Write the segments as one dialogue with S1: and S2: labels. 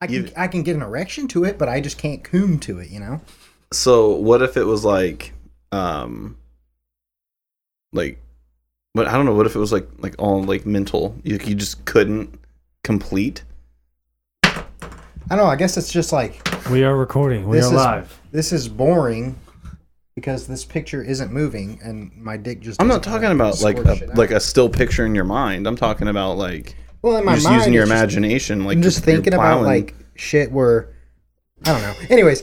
S1: I can
S2: You-
S1: I can get an erection to it, but I just can't coom to it. You know,
S2: So what if it was like, um, like, but I don't know. What if it was like like all like mental? You you just couldn't complete.
S1: I don't know. I guess it's just like
S3: We are recording. We
S1: This is-
S3: are live.
S1: this is boring because this picture isn't moving and my dick just.
S2: I'm not
S1: doesn't wanna
S2: talking about like
S1: squirt
S2: a,
S1: shit out.
S2: like a still picture in your mind. I'm talking about like
S1: well in
S2: you're
S1: my
S2: just
S1: mind
S2: using your
S1: it's just-
S2: imagination. Like
S1: I'm just
S2: you're
S1: thinking about
S2: plowing.
S1: like shit where I don't know. Anyways,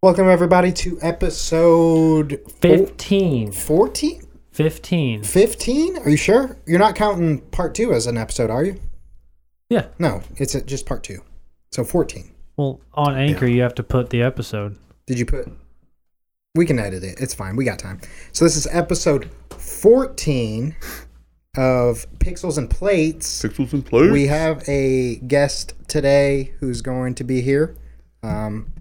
S1: welcome everybody to episode
S3: 15.
S1: 14
S3: 15.
S1: 15? Are you sure? You're not counting part 2 as an episode, are you?
S3: Yeah.
S1: No, it's uh, just part 2. So 14.
S3: Well, on Anchor, you have to put the episode.
S1: Did you put We can edit it. It's fine. We got time. So this is episode 14 of Pixels and Plates.
S2: pixels and plates.
S1: We have a guest today who's going to be here. Um,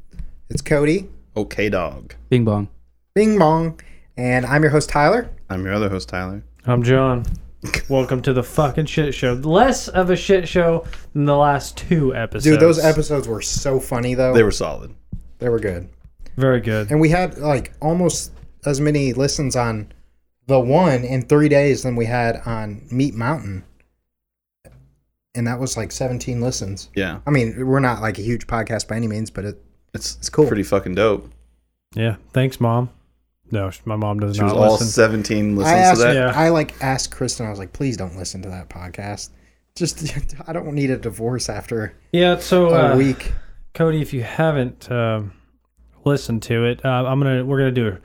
S1: it's Cody.
S2: okay, dog.
S4: Bing bong.
S1: Bing bong. And I'm your host, Tyler.
S2: I'm your other host, Tyler.
S3: I'm John. Welcome to the fucking shit show. Less of a shit show than the last two episodes.
S1: Dude, those episodes were so funny, though.
S2: They were solid.
S1: they were good.
S3: Very good.
S1: And we had like almost as many listens on the one in three days than we had on Meat Mountain. And that was like 17 listens.
S2: Yeah,
S1: I mean, we're not like a huge podcast by any means, but it,
S2: it's it's
S1: cool.
S2: Pretty fucking dope.
S3: Yeah. Thanks, Mom. No, sh- my mom does
S2: She was
S3: not
S2: all
S3: listen.
S2: 17
S1: I
S2: listens
S1: asked,
S2: to that.
S3: Yeah.
S1: I like asked Kristen, I was like, please don't listen to that podcast. Just, I don't need a divorce after
S3: yeah, so
S1: a
S3: uh,
S1: week.
S3: Cody, if you haven't um, listened to it, uh, I'm gonna we're gonna do a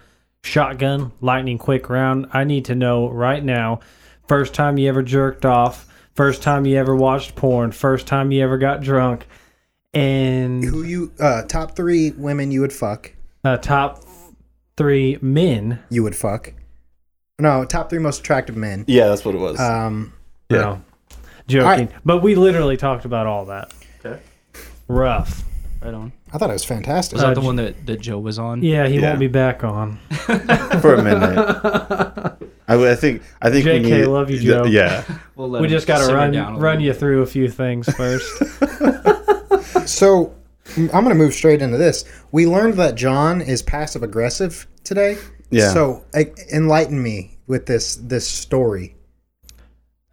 S3: shotgun lightning quick round. I need to know right now. First time you ever jerked off. First time you ever watched porn. First time you ever got drunk. And
S1: Who you, uh, top three women you would fuck.
S3: uh, top three men.
S1: you would fuck. No, top three most attractive men.
S2: Yeah, that's what it was.
S1: Um,
S2: Yeah.
S3: No, joking. But we literally talked about all that.
S4: Okay.
S3: Rough.
S4: Right on.
S1: I thought it was fantastic.
S4: Was
S3: Uh,
S4: that the
S3: j-
S4: one that, that Joe was on?
S3: Yeah, he
S2: Yeah.
S3: won't be back on.
S2: for a minute. I, I think I think we
S3: JK,
S2: need-
S3: love you,
S2: th-
S3: Joe.
S2: Yeah,
S4: We'll let
S3: We
S4: him
S3: just gotta
S4: simmer
S3: run
S4: down a
S3: run
S4: little
S3: you
S4: bit.
S3: through a few things first.
S1: So I'm gonna move straight into this. We learned that John is passive aggressive today.
S2: Yeah.
S1: So e- enlighten me with this this story.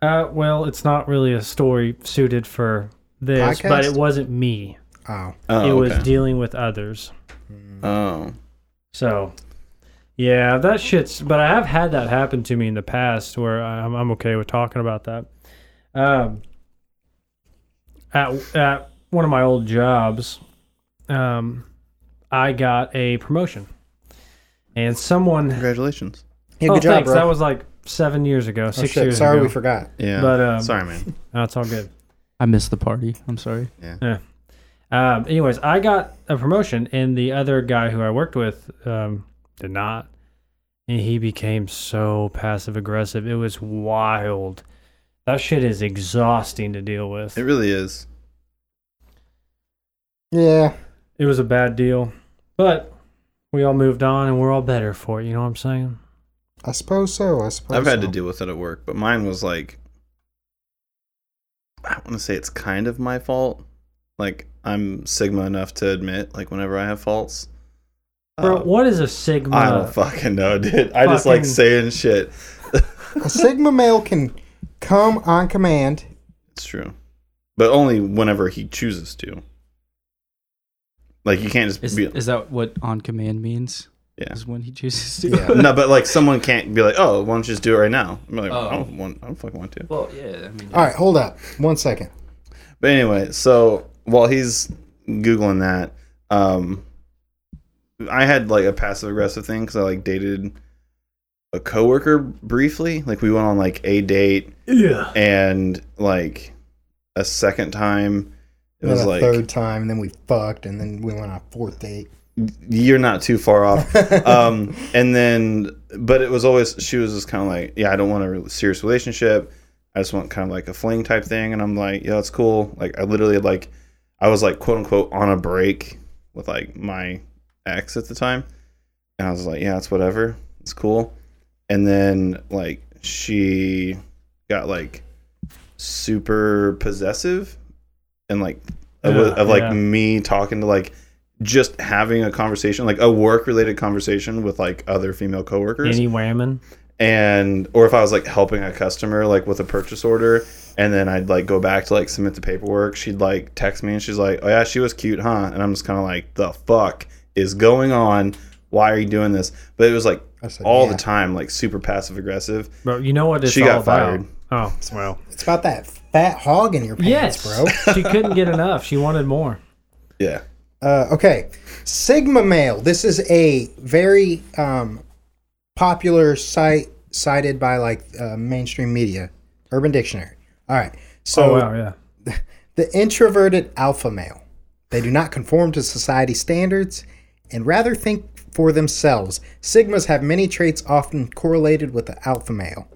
S3: Uh, well, it's not really a story suited for this, but
S1: Podcast?
S3: it wasn't me.
S1: Oh,
S2: oh,
S3: it was
S2: okay.
S3: dealing with others.
S2: oh,
S3: So, yeah, that shit's. But I have had that happen to me in the past, where I- I'm, I'm okay with talking about that. Um, at at one of my old jobs, um, I got a promotion, and someone.
S2: congratulations.
S1: yeah,
S3: oh,
S1: good job,
S3: thanks.
S1: bro.
S3: That was like seven years ago,
S1: Oh,
S3: six
S1: shit.
S3: years
S1: Sorry,
S3: ago.
S1: we forgot.
S2: Yeah,
S3: But, um,
S2: sorry, man.
S3: No, it's all good.
S4: I missed the party. I'm sorry.
S3: Um, anyways, I got a promotion, and the other guy who I worked with um, did not. And he became so passive aggressive. It was wild. That shit is exhausting to deal with.
S2: It really is.
S1: Yeah.
S3: It was a bad deal, but we all moved on and we're all better for it. You know what I'm saying?
S1: I suppose so. I suppose
S2: I've had to
S1: so.
S2: deal with it at work, but mine was like, I want to say it's kind of my fault. Like I'm sigma enough to admit, like whenever I have faults.
S3: Bro,
S2: Uh,
S3: what is a Sigma?
S2: I don't fucking know, dude. I just like
S3: Fucking-
S2: saying shit.
S1: A sigma male can come on command.
S2: It's true, but only whenever he chooses to. Like you can't just
S4: Is,
S2: be
S4: is that what on command means?
S2: yeah.
S4: Is when he chooses to.
S1: Yeah.
S2: no, but like someone can't be like, oh, why don't you just do it right now? I'm like, I
S4: Oh.
S2: don't want, I don't fucking want to.
S4: Well, yeah. I mean,
S1: All right, hold up. One second.
S2: But anyway, so while he's googling that, um, I had like a passive aggressive thing because I like dated a coworker briefly. Like we went on like a date,
S3: Yeah.
S2: and like a second time, it
S1: Then
S2: was
S1: a
S2: like
S1: third time, and then we fucked, and then we went on a fourth date.
S2: you're not too far off. um, and then, but it was always she was just kind of like, yeah, I don't want a re- serious relationship. I just want kind of like a fling type thing. And I'm like, yeah, that's cool. Like I literally like, I was like quote unquote on a break with like my ex at the time, and I was like, yeah, it's whatever. It's cool. And then like she got like super possessive and like of,
S3: Yeah,
S2: of like
S3: yeah.
S2: me talking to like just having a conversation, like a work related conversation with like other female coworkers,
S3: Any whammon?
S2: and or if I was like helping a customer like with a purchase order, and then I'd like go back to like submit the paperwork. She'd like text me and she's like, "Oh yeah, she was cute, huh?" And I'm just kind of like, "The fuck is going on? Why are you doing this?" But it was like
S1: I said,
S2: all
S1: yeah.
S2: the time, like super passive aggressive.
S3: Bro, you know what it's
S2: She got
S3: all about. Oh well.
S1: It's about that fat hog in your pants,
S3: Yes,
S1: bro.
S3: bro. she couldn't get enough. She wanted more.
S2: Yeah,
S1: Uh, okay, Sigma Male. This is a very um, popular site cited by like uh, mainstream media, Urban Dictionary. All right, so
S3: oh wow, yeah.
S1: the introverted alpha male. They do not conform to society standards and rather think for themselves. Sigmas have many traits often correlated with the alpha male.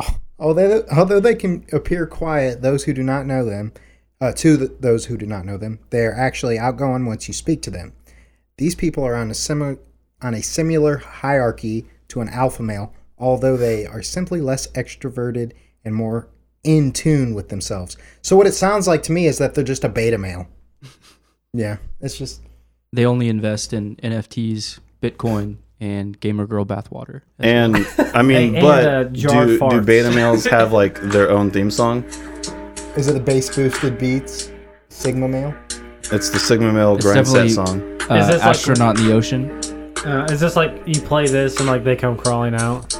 S1: Oh, Although, although they can appear quiet, those who do not know them, uh, to th- those who do not know them, they are actually outgoing once you speak to them. These people are on a similar on a similar hierarchy to an alpha male, although they are simply less extroverted and more in tune with themselves. So what it sounds like to me is that they're just a beta male. Yeah, it's just
S4: They only invest in NFTs, Bitcoin, and gamer girl bathwater.
S2: and I mean,
S3: And,
S2: but
S3: uh, jar
S2: do, do
S3: farts.
S2: beta males have like their own theme song?
S1: is it the bass boosted beats, Sigma male?
S2: It's the Sigma male
S4: It's
S2: grind set
S4: definitely-
S2: song.
S4: Uh,
S3: Is this like-
S4: astronaut in the ocean.
S3: Uh, is this like you play this and like they come crawling out?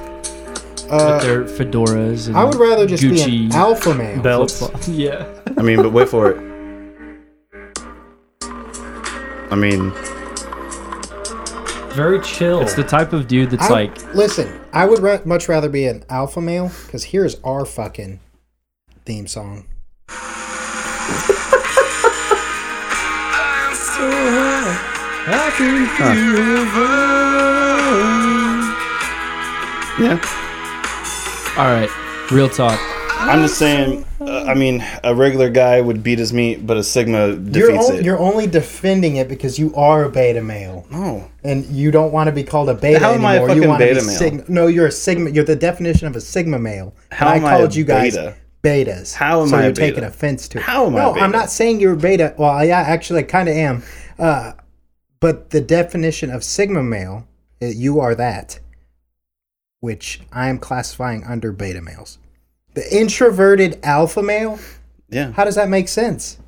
S1: Uh,
S4: with their fedoras. And
S1: I would rather just be an
S4: Mm, Gucci
S1: alpha male.
S3: Belts.
S4: flip-flop. Yeah.
S2: I mean, but wait for it. I mean,
S3: Very chill.
S4: It's the type of dude that's
S1: I-
S4: like
S1: listen. I would ra- much rather be an alpha male because here's our fucking theme song.
S3: Ah,
S2: yeah.
S4: All right, real talk.
S2: I'm just saying. Uh, I mean, a regular guy would beat his meat, but a Sigma
S1: You're,
S2: defeats
S1: on-
S2: it.
S1: you're only defending it because you are a beta male
S2: no,
S1: and you don't want to be called a beta
S2: How am
S1: anymore.
S2: I a
S1: you
S2: fucking
S1: wanna
S2: beta
S1: be
S2: male?
S1: Sigma- no, you're a sigma. You're the definition of a sigma male.
S2: How
S1: and
S2: am
S1: I
S2: I
S1: called
S2: a
S1: you guys
S2: beta?
S1: betas.
S2: How am
S1: so
S2: I a
S1: You're taking
S2: beta?
S1: offense to. it.
S2: How am I a
S1: no,
S2: beta?
S1: I'm not saying you're a beta. Well, yeah, actually, I kind of am. Uh, but the definition of sigma male, uh, you are that, which I am classifying under beta males. The introverted alpha male.
S2: yeah.
S1: How does that make sense?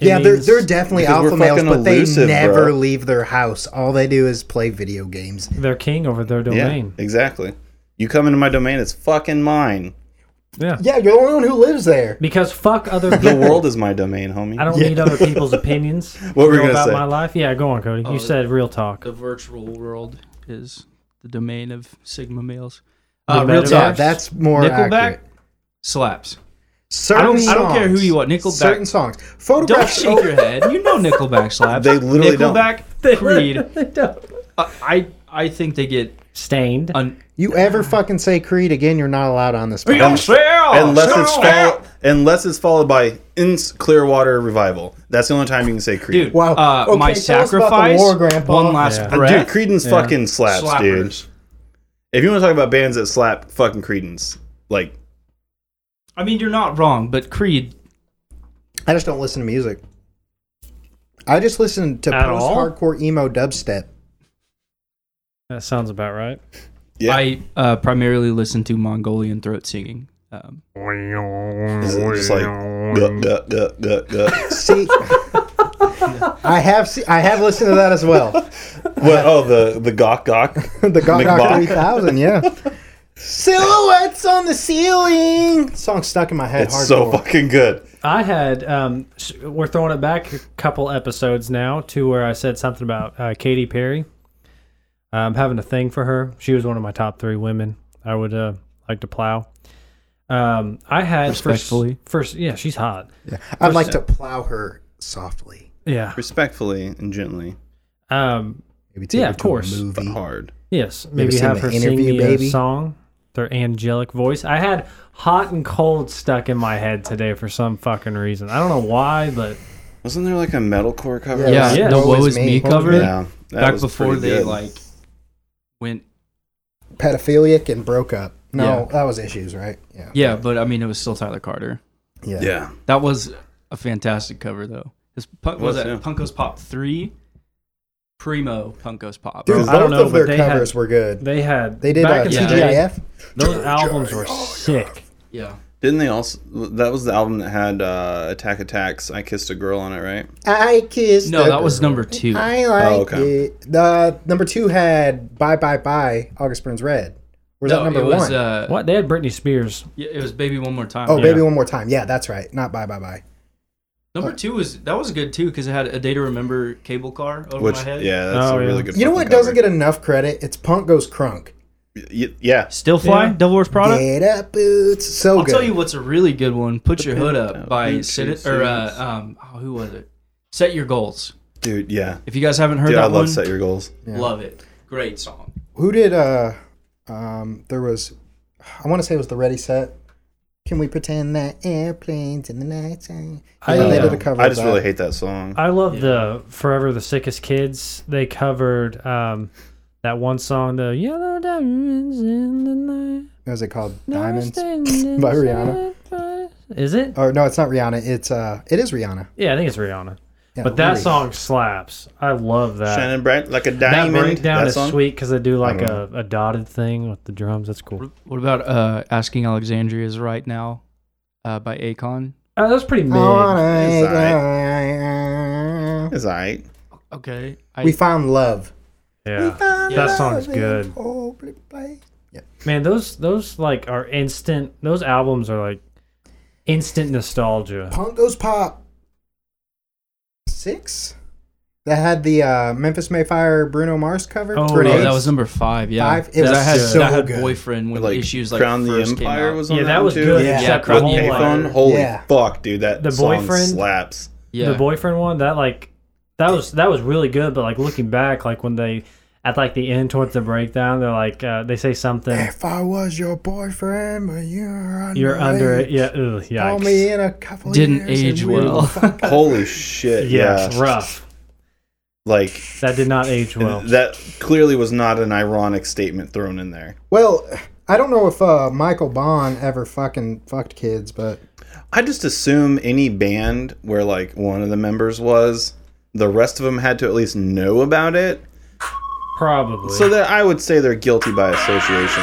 S3: It
S1: yeah, they're
S3: means-
S1: they're definitely
S2: Because we're
S1: alpha males,
S2: fucking
S1: but they
S2: elusive,
S1: never
S2: bro.
S1: leave their house. All they do is play video games.
S3: They're king over their
S2: Yeah,
S3: domain.
S2: exactly. You come into my domain, it's fucking mine.
S3: Yeah.
S1: Yeah, you're the only one who lives there.
S3: Because fuck other
S2: The
S3: people.
S2: world is my domain, homie.
S3: I don't need other people's opinions.
S2: What were you
S3: know
S2: gonna
S3: about
S2: say?
S3: my life? Yeah, go on, Cody.
S4: Oh,
S3: You said real talk.
S4: The virtual world is the domain of sigma males.
S3: The
S4: Uh, real
S3: metaverse?
S1: Yeah,
S4: talk.
S1: that's more
S4: Nickelback
S1: accurate.
S4: slaps.
S1: Certain
S4: I don't care who you are, Nickelback-
S1: Certain songs.
S4: Don't
S1: Photographs. oh,
S4: shake your head. You know Nickelback slaps.
S2: They literally don't.
S4: Nickelback, Creed. Uh, I I think they get
S3: Stained.
S4: un-
S1: You ever fucking say Creed again? You're not allowed on this.
S2: Um,
S4: Oh,
S1: podcast.
S2: unless it's followed, unless it's followed by Ince Clearwater Revival. That's the only time you can say Creed.
S4: dude.
S1: Wow.
S4: Uh,
S1: Okay,
S4: my
S1: tell us about the
S4: sacrifice.
S1: war, Grandpa.
S4: One last
S3: Yeah.
S2: Uh, Dude,
S4: breath.
S2: Creedence fucking slaps, dude.
S4: slappers.
S2: If you want to talk about bands that slap, fucking Creedence. Like,
S4: I mean, you're not wrong, but Creed.
S1: I just don't listen to music. I just listen to
S3: At all?
S1: post-hardcore emo dubstep.
S3: that sounds about right.
S2: yeah,
S4: I uh, primarily listen to Mongolian throat singing. Um,
S2: it's just like duh, duh, duh, duh, duh.
S1: See, I have se- I have listened to that as well.
S2: what? Oh, the the gawk gawk.
S1: the Gawk
S2: McBach.
S1: 3000, yeah. Silhouettes on the ceiling. Song stuck in my head.
S2: It's so
S1: hardcore.
S2: fucking good.
S3: I had. Um, s- we're throwing it back a couple episodes now to where I said something about uh, Katy Perry. I'm having a thing for her. She was one of my top three women. I would uh, like to plow. Um, I had
S4: Respectfully.
S3: First, yeah, she's hot.
S1: I'd like to plow her softly.
S3: Yeah.
S2: Respectfully and gently,
S3: Um,
S1: Maybe take
S3: Yeah,
S1: her
S3: of
S1: to
S3: course.
S1: a
S2: but
S1: movie.
S2: hard.
S3: Yes, maybe
S1: seen
S3: have
S1: the
S3: her sing
S1: interview,
S3: the
S1: baby?
S3: Uh, song, their angelic voice. I had hot and cold stuck in my head today for some fucking reason. I don't know why, but
S2: Wasn't there like a metalcore cover?
S1: Yeah,
S4: yeah,
S3: yeah.
S4: the
S1: Woe
S4: "Woe
S1: Is
S4: Is
S1: Me.
S4: Me" cover.
S2: yeah. that
S4: back
S2: was
S4: before
S2: pretty
S4: they
S2: good.
S4: like went.
S1: Pedophilic and broke up. No,
S4: Yeah.
S1: that was issues, right? Yeah.
S4: Yeah, but I mean, it was still Tyler Carter.
S1: Yeah.
S2: Yeah,
S4: That was a fantastic cover, though. This punk, was,
S2: Was,
S4: it
S2: yeah.
S4: Punko's Pop three, primo Punko's Pop.
S1: Dude,
S3: Because I
S1: both
S3: don't know,
S1: of their
S3: but they
S1: covers
S3: had-
S1: were good.
S3: They had
S1: They did uh,
S3: back in the day,
S1: TGIF.
S3: Those albums were sick.
S4: Yeah,
S2: Didn't they also? That was the album that had uh, Attack Attacks. I kissed a girl on it, right?
S1: I kissed.
S4: No,
S1: a
S4: that was
S1: girl.
S4: number two.
S1: I like
S2: okay.
S1: it. The number two had "Bye Bye Bye" August Burns Red. Or was that number
S4: it
S1: one?
S4: was, Uh,
S3: What they had Britney Spears.
S4: yeah, it was Baby One More Time.
S1: oh,
S3: yeah.
S1: baby, one more time. Yeah, that's right. Not "Bye Bye Bye."
S4: Number two was that was good too because it had a day to remember cable car over
S2: Which
S4: my head.
S2: yeah, that's
S3: Oh,
S2: a really
S3: yeah.
S2: good.
S1: You know
S2: fucking
S1: what doesn't
S2: cover.
S1: get enough credit? It's "Punk Goes Crunk."
S2: Y- yeah,
S4: Still Fly,
S3: Yeah.
S4: Devil Wears Prada.
S1: Get up, boots. So
S4: I'll
S1: good.
S4: tell you what's a really good one. Put your hood
S2: Put
S4: up by
S2: your
S4: Sit
S2: shoes
S4: or uh,
S2: up.
S4: um oh, who was it? Set your goals.
S2: dude. Yeah,
S4: If you guys haven't heard
S2: dude.
S4: that
S2: I love
S4: one,
S2: set your goals.
S4: love it. Great song.
S1: Who did? uh Um, there was. I want to say it was the Ready Set. Can we pretend that airplanes in the night?
S3: I,
S1: they
S3: uh,
S1: did a cover.
S2: I
S1: of
S2: just
S1: that.
S2: really hate that song.
S3: I love the Forever the Sickest Kids. They covered um, that one song, the Yellow Diamonds in the Night.
S1: What was it called?
S3: Now I'm
S1: Diamonds.
S3: standing
S1: by Rihanna.
S3: side by- Is it?
S1: Or no, it's not Rihanna. It's uh, it is Rihanna.
S3: Yeah, I think it's Rihanna.
S1: Yeah,
S3: But that
S1: Riri.
S3: song slaps. I love that.
S2: Shining bright like a
S3: that
S2: diamond.
S3: breakdown
S2: That
S3: is
S2: song?
S3: sweet because they do like
S2: don't
S3: a, a dotted thing with the drums. That's cool.
S4: What about uh, asking Alexandria's right now uh, by Akon?
S3: Oh, that's pretty mid.
S1: I wanna
S2: It's
S1: make love.
S2: It's alright.
S4: Okay, I,
S1: We found love.
S3: yeah, that song's good. Man, those those like are instant. Those albums are like instant nostalgia.
S1: Punk goes pop. Six. That had the uh, Memphis Mayfire Bruno Mars cover.
S3: Oh,
S1: Bruno
S4: oh,
S1: Mars.
S4: that was number five. Yeah,
S1: Five? It
S4: 'Cause
S1: was
S4: I had,
S1: so
S4: I had
S1: good.
S4: boyfriend when
S2: Like,
S4: issues like
S2: Crown the
S4: first came
S2: Empire
S4: out.
S2: was on
S3: Yeah,
S2: that,
S3: that was
S2: too?
S3: good.
S1: Yeah.
S3: except
S4: Yeah,
S3: the whole
S4: Crown the
S2: Payphone.
S3: like,
S1: Empire.
S2: Holy
S1: Yeah.
S2: fuck, dude! That
S3: The
S2: song
S3: boyfriend?
S2: slaps.
S4: yeah.
S3: the boyfriend one that like that was that was really good. But like looking back, like when they at like the end towards the breakdown, they're like uh, they say something.
S1: If I was your boyfriend, but you're under
S3: You're under it. Yeah. Ugh,
S1: Call
S3: yikes.
S1: me in a couple.
S4: Didn't
S1: years and
S4: age
S1: we will
S4: well.
S1: fuck.
S2: Holy shit!
S3: Yeah,
S2: Yeah,
S3: rough.
S2: like
S3: That did not age well.
S2: that clearly was not an ironic statement thrown in there.
S1: well, I don't know if uh, Michael Bond ever fucking fucked kids, but
S2: I just assume any band where like one of the members was, the rest of them had to at least know about it.
S3: Probably.
S2: So that I would say they're guilty by association.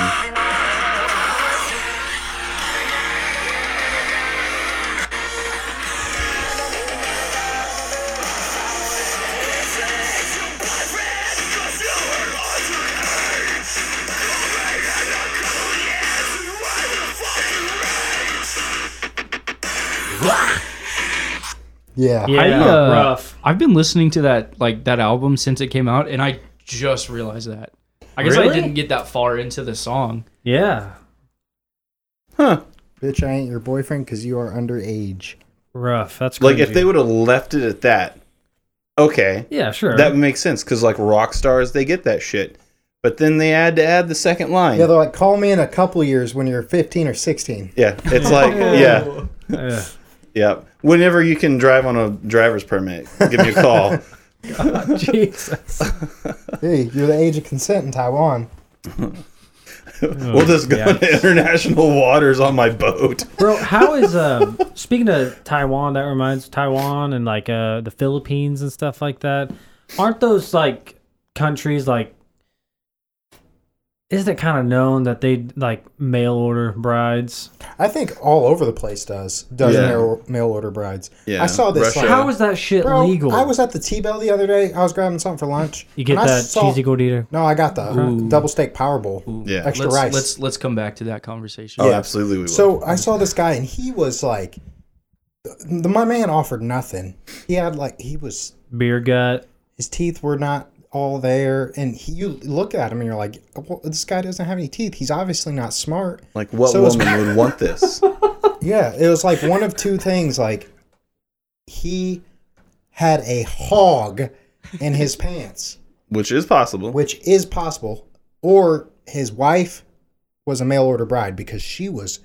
S1: yeah,
S3: yeah,
S4: I, uh,
S3: rough.
S4: I've been listening to that like that album since it came out, and I just realized that. I guess I
S3: Really?
S4: didn't get that far into the song.
S3: Yeah,
S2: Huh.
S1: bitch, I ain't your boyfriend because you are underage.
S3: rough. That's
S2: Like if
S3: cringy.
S2: they would have left it at that, okay.
S3: Yeah, sure.
S2: That makes sense because like rock stars, they get that shit. But then they had to add the second line.
S1: Yeah,
S2: Yeah,
S1: they're like, call me in a couple years when you're 15 or 16.
S2: it's like yeah,
S3: Ugh.
S2: yeah. Whenever you can drive on a driver's permit, give me a call.
S3: Jesus.
S1: Hey, you're the age of consent in Taiwan.
S2: we'll just go into international waters on my boat.
S3: Bro, how is um speaking of Taiwan, that reminds Taiwan and like uh the Philippines and stuff like that. Aren't those like countries like isn't it kind of known that they like mail order brides?
S1: I think all over the place does does
S2: Yeah.
S1: mail, mail order brides.
S2: Yeah,
S1: I saw this.
S2: Russia.
S1: Like,
S3: How is that shit
S1: bro,
S3: legal?
S1: I was at the T-Bell the other day. I was grabbing something for lunch.
S3: you get
S1: and I
S3: that
S1: saw-
S3: cheesy gordita.
S1: No, I got the
S4: Ooh.
S1: double steak power bowl.
S2: Yeah.
S1: Extra
S4: let's,
S1: rice.
S4: Let's let's come back to that conversation.
S2: Oh,
S1: Yeah.
S2: absolutely, we will.
S1: So I saw this guy, and he was like, the, my man offered nothing. He had like he was
S3: Beer gut.
S1: his teeth were not all there, and he, you look at him and you're like, well, this guy doesn't have any teeth. He's obviously not smart.
S2: like, what
S1: so it's-
S2: woman would want this?
S1: Yeah, it was like one of two things. Like he had a hog in his pants,
S2: Which is possible.
S1: which is possible, or his wife was a mail order bride because she was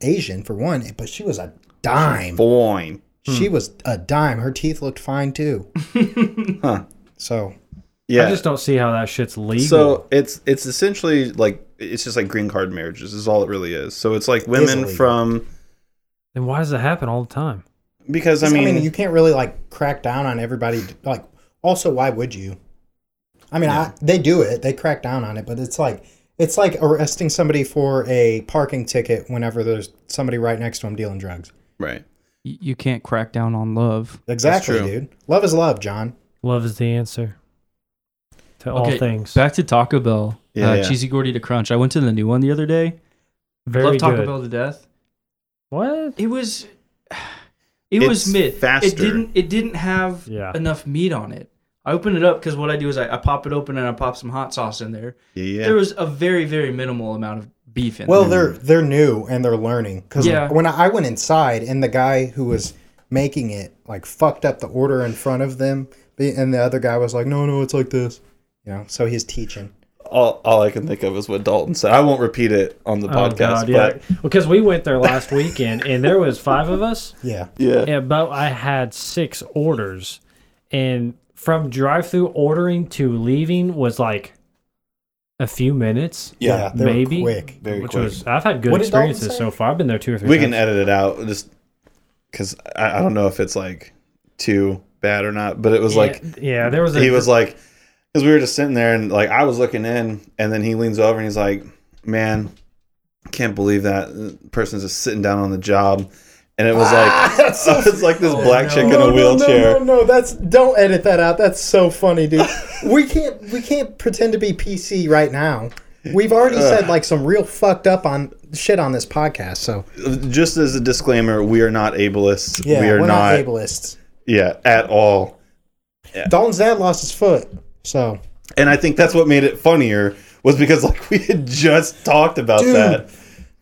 S1: Asian for one, but she was a dime.
S2: Boing.
S1: She was a dime. Her teeth looked fine too.
S2: Huh.
S1: So
S2: Yeah.
S3: I just don't see how that shit's legal.
S2: so it's it's essentially like it's just like green card marriages is all it really is. So it's like women
S1: illegal.
S2: from
S3: then why does it happen all the time?
S2: because I
S1: I mean,
S2: mean,
S1: you can't really like crack down on everybody. Like, also, why would you? I mean, I, they do it. They crack down on it, but it's like it's like arresting somebody for a parking ticket whenever there's somebody right next to them dealing drugs.
S2: right?
S4: You, you can't crack down on love.
S1: Exactly,
S2: true.
S1: dude. Love is love, John.
S3: Love is the answer to all things.
S4: Back to Taco Bell.
S2: Yeah,
S4: uh,
S2: yeah.
S4: cheesy gordita crunch. I went to the new one the other day.
S3: Very
S4: Love Taco
S3: good.
S4: Bell to death.
S3: What?
S4: It was. It was
S2: It's
S4: mid. It
S2: faster.
S4: didn't. It didn't have
S3: Yeah.
S4: enough meat on it. I opened it up because what I do is I, I pop it open and I pop some hot sauce in there.
S2: Yeah, yeah.
S4: There was a very very minimal amount of beef in.
S1: Well,
S4: there.
S1: they're they're new and they're learning. Because
S4: Yeah.
S1: when I, I went inside, and the guy who was making it like fucked up the order in front of them, be- and the other guy was like, "No, no, it's like this," you know. So he's teaching.
S2: all, all I can think of is what Dalton said. I won't repeat it on the
S3: Oh,
S2: podcast,
S3: God, yeah.
S2: but
S3: Because we went there last weekend and there was five of us.
S1: Yeah.
S2: yeah.
S3: Yeah, but I had six orders, and from drive-through ordering to leaving was like a few minutes.
S2: Yeah,
S1: they
S3: maybe.
S1: were quick.
S2: very
S3: which
S2: quick.
S3: was I've had good
S1: What did Dalton
S3: experiences
S1: say?
S3: so far. I've been there two or three.
S2: we can
S3: times.
S2: edit it out just because I, I don't know if it's like too bad or not, but it was like
S3: yeah, yeah, there was a,
S2: he was like because we were just sitting there and like I was looking in, and then he leans over and he's like, "Man, can't believe that person's just sitting down on the job," and it was like it's like this black chick in a wheelchair.
S1: No, no, no, that's don't edit that out. That's so funny, dude. we can't we can't pretend to be PC right now. We've already said like some real fucked up on shit on this podcast. So
S2: Just as a disclaimer, we are not ableists.
S1: yeah,
S2: we are
S1: are
S2: not,
S1: ableists.
S2: yeah, at all.
S1: Dalton's dad lost his foot. So
S2: And I think that's what made it funnier was because like we had just talked about
S1: Dude.
S2: that.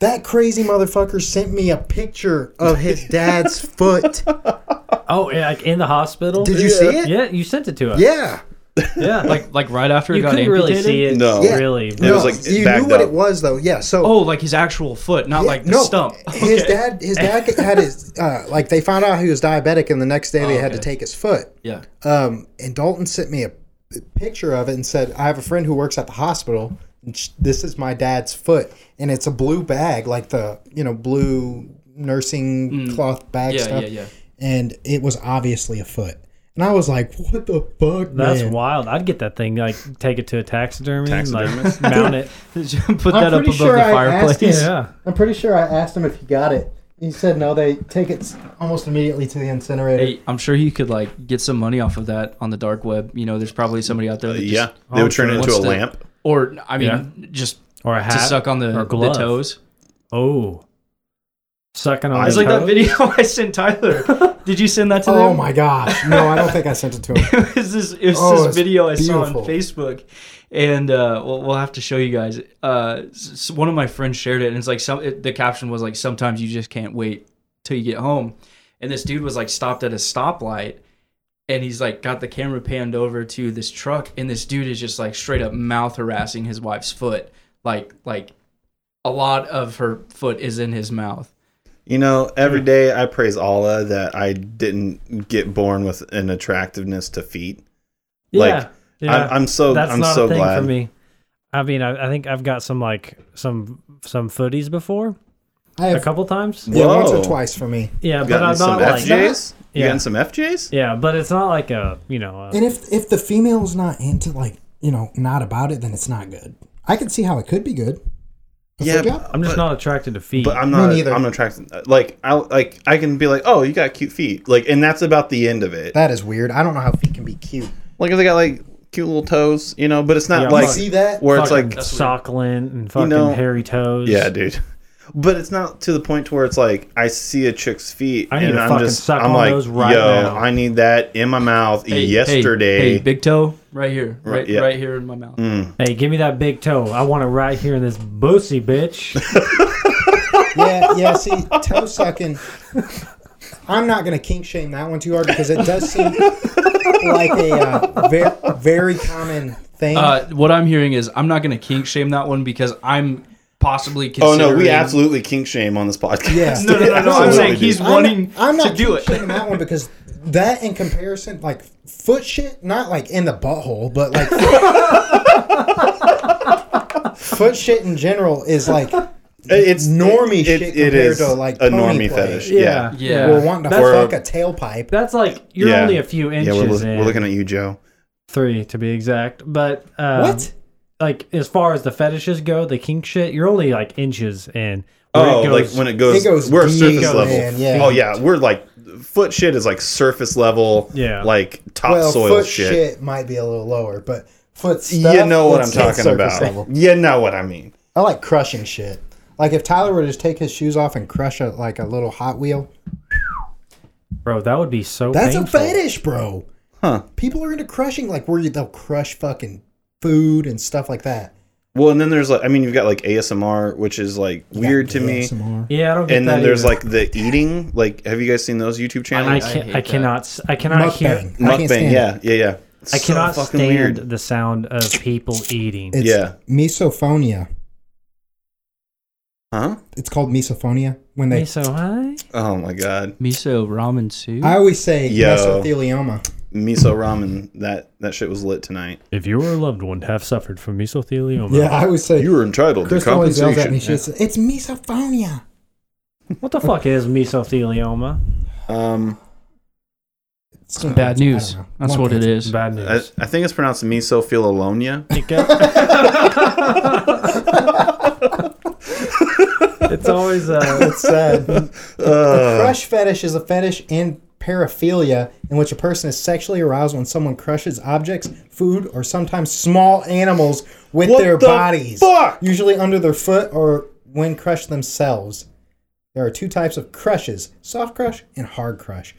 S1: that crazy motherfucker sent me a picture of his dad's foot.
S3: oh, yeah, like in the hospital.
S1: Did you see it?
S3: Yeah, you sent it to us.
S1: Yeah.
S3: yeah. Like
S4: like like right after it
S3: you
S4: got
S3: couldn't
S4: amputated.
S3: really see it.
S2: No.
S1: Yeah.
S3: really. but-
S2: It was, like,
S1: you knew
S2: bagged
S1: what
S2: up.
S1: it was though. Yeah. So
S4: Oh, like his actual foot, not like the
S1: no,
S4: stump.
S1: His
S4: Okay.
S1: dad, his dad had his uh, like they found out he was diabetic, and the next day they had to
S4: okay.
S1: take his foot.
S4: Yeah.
S1: Um, and Dalton sent me a picture of it and said, "I have a friend who works at the hospital. And sh- this is my dad's foot, and it's a blue bag, like the you know blue nursing cloth bag
S4: Mm. Yeah,
S1: stuff.
S4: yeah, yeah.
S1: And it was obviously a foot, and I was like, "What the fuck,
S3: That's
S1: man?"
S3: wild. I'd get that thing, like take it to a taxidermy,
S2: Taxidermist?
S3: like mount it.
S4: Put that up
S1: pretty
S4: above
S1: sure
S4: the
S1: I asked
S4: fireplace.
S1: him.
S3: Yeah.
S1: I'm pretty sure I asked him if he got it. He said no. They take it s- almost immediately to the incinerator.
S4: Hey, I'm sure he could like get some money off of that on the dark web. You know, there's probably somebody out there that just,
S2: Uh, Yeah, they Oh, would turn it into a
S4: wants to-
S2: lamp.
S4: or I mean,
S3: Yeah.
S4: just
S3: Or a hat.
S4: to suck on the,
S3: or
S4: the
S3: glove.
S4: toes.
S3: Oh. Sucking on
S2: I
S4: It's
S3: his
S4: like that
S3: toes?
S4: video I sent Tyler. Did you send that to them?
S1: Oh my gosh! No, I don't think I sent it to him.
S4: It was this, it was
S1: Oh,
S4: this
S1: it's
S4: video I saw
S1: beautiful.
S4: on Facebook, and uh, we'll, we'll have to show you guys. Uh, s- s- one of my friends shared it, and it's like some. It, the caption was like, "Sometimes you just can't wait till you get home." And this dude was like stopped at a stoplight, and he's like got the camera panned over to this truck, and this dude is just like straight up mouth harassing his wife's foot, like like a lot of her foot is in his mouth.
S2: You know, every day I praise Allah that I didn't get born with an attractiveness to feet.
S3: Yeah.
S2: Like,
S3: yeah.
S2: I'm, I'm so
S3: That's
S2: I'm
S3: not
S2: so
S3: a thing
S2: glad.
S3: for me. I mean, I, I think I've got some like some some footies before
S1: I
S3: a
S1: have
S3: couple times.
S1: yeah, once or
S2: Whoa.
S1: twice for me.
S3: Yeah, but
S2: Gotten
S3: I'm
S2: some
S3: not like
S2: FJs. You
S3: Yeah.
S2: gotten some FJs?
S3: yeah, but it's not like a you know. A,
S1: And if if the female's not into like you know not about it, then it's not good. I can see how it could be good. A
S2: Yeah,
S1: foot job?
S3: I'm just
S2: but-
S3: not attracted to feet.
S2: But I'm not.
S1: neither.
S2: I'm not attracted. Like I like I can be like, oh, you got cute feet. Like, and that's about the end of it.
S1: that is weird. I don't know how feet can be cute.
S2: Like they got like cute little toes, you know. But it's not
S3: Yeah,
S2: like
S3: fuck.
S1: See that?
S2: where it's
S3: Fucking
S2: like
S3: suckling and fucking
S2: know-
S3: hairy toes.
S2: Yeah, dude. But it's not to the point to where it's like I see a chick's feet
S3: I need
S2: and
S3: to
S2: I'm
S3: fucking
S2: just
S3: suck
S2: I'm
S3: on
S2: like,
S3: those right
S2: yo,
S3: now."
S2: I need that in my mouth
S4: Hey, hey,
S2: yesterday.
S4: hey, big toe, right here, right,
S2: yeah.
S4: right here in my mouth.
S3: Hey, give me that big toe. I want it right here in this boosy bitch.
S1: Yeah, yeah. See, toe sucking. I'm not gonna kink shame that one too hard because it does seem like a uh, very very common thing.
S4: Uh, what I'm hearing is I'm not going to kink shame that one because I'm possibly
S2: oh
S4: considering.
S2: no, we absolutely kink shame on this podcast.
S1: Yeah.
S4: No, no, no, no. I'm
S1: Absolutely.
S4: saying he's wanting
S1: I'm not
S4: to do it.
S1: kink-shaming that one because that in comparison, like foot shit, not like in the butthole, but like foot shit in general is like
S2: It's
S1: normie
S2: it-
S1: shit
S2: it
S1: compared
S2: is
S1: to like
S2: a
S1: pony
S2: normie
S1: play.
S2: fetish.
S3: Yeah.
S2: Yeah.
S4: Yeah.
S1: We're wanting to
S2: That's-
S1: fuck a tailpipe.
S3: That's like you're
S2: Yeah.
S3: only a few
S2: Yeah,
S3: inches
S2: we're,
S3: in,
S2: loo- we're looking at you, Joe.
S3: three to be exact. But um,
S1: What?
S3: Like as far as the fetishes go, the kink shit, you're only like inches in. Where
S2: Oh,
S3: it
S2: like
S3: goes-
S2: when it goes,
S1: It goes
S2: we're
S1: deep,
S2: surface
S3: goes
S2: level.
S1: man, yeah.
S2: Oh yeah, we're like foot shit is like surface level.
S3: Yeah.
S2: like
S1: Well,
S2: topsoil
S1: foot
S2: shit.
S1: shit. might be a little lower, but foot stuff.
S2: You know what
S1: it's-
S2: I'm
S1: it's
S2: talking
S1: surface
S2: about.
S1: level.
S2: You know what I mean.
S1: I like crushing shit. Like if Tyler were to just take his shoes off and crush a like a little Hot Wheel,
S3: bro, that would be so.
S1: that's
S3: painful.
S1: a fetish, bro.
S2: Huh.
S1: People are into crushing, like where you, they'll crush fucking food and stuff like that.
S2: Well, and then there's like, I mean, you've got like ASMR, which is like weird to me.
S1: ASMR.
S3: Yeah, I don't. Get
S2: And
S3: that
S2: then there's
S3: either.
S2: like the eating. Like, have you guys seen those YouTube
S3: I
S2: channels?
S3: can't.
S4: hate
S3: I,
S4: that.
S3: cannot. s- I cannot hear.
S1: Mukbang. I can't
S2: Mukbang.
S1: stand
S2: Yeah, yeah, yeah. It's
S3: I
S2: so
S3: cannot
S2: fucking
S3: stand
S2: weird.
S3: the sound of people eating.
S1: It's
S2: Yeah.
S1: misophonia.
S2: Huh?
S1: It's called misophonia when they.
S3: Me so high.
S2: Oh my god.
S4: Miso ramen soup.
S1: I always say
S2: Yo.
S1: mesothelioma.
S2: Miso ramen. That that shit was lit tonight.
S3: If you or a loved one have suffered from mesothelioma,
S1: Yeah, I always say.
S2: You were entitled
S1: Chris
S2: to
S1: always yells at
S2: compensation.
S1: me. She says, it's misophonia.
S3: what the fuck is mesothelioma?
S2: Um,
S1: It's
S4: Bad news. That's what it is.
S3: Bad news.
S2: I, I think it's pronounced mesophilolonia.
S3: It go- it's always uh,
S1: It's sad.
S2: Uh,
S1: Crush fetish is a fetish and paraphilia in which a person is sexually aroused when someone crushes objects, food, or sometimes small animals with
S2: What
S1: their
S2: the
S1: bodies,
S2: fuck?
S1: usually under their foot or when crushed themselves. There are two types of crushes: soft crush and hard crush.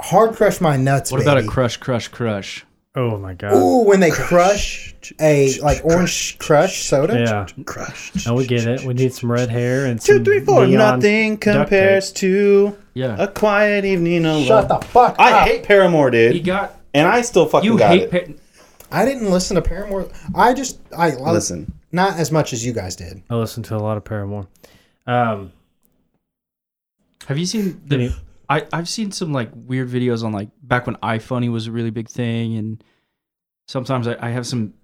S1: Hard crush my nuts.
S4: what about a
S1: baby.
S4: crush, crush, crush?
S3: oh my god.
S1: Ooh, when they crush a like orange crush soda.
S3: Yeah,
S2: crushed.
S3: no, we get it. We need some red hair and
S2: Two,
S3: some
S2: three, four.
S3: neon
S2: Nothing
S3: duct tape.
S2: compares to
S4: Yeah.
S2: a quiet evening alone.
S1: Shut the fuck
S2: I
S1: up.
S2: hate Paramore, dude.
S4: He got.
S2: and I still fucking
S4: You
S2: got
S4: hate.
S2: it.
S4: Pa-
S1: I didn't listen to Paramore. I just I, I
S2: Listen,
S1: not as much as you guys did.
S3: I listen to a lot of Paramore. Um,
S4: have you seen
S3: Can
S4: the?
S3: you-
S4: I I've seen some like weird videos on like back when iFunny was a really big thing, and sometimes I, I have some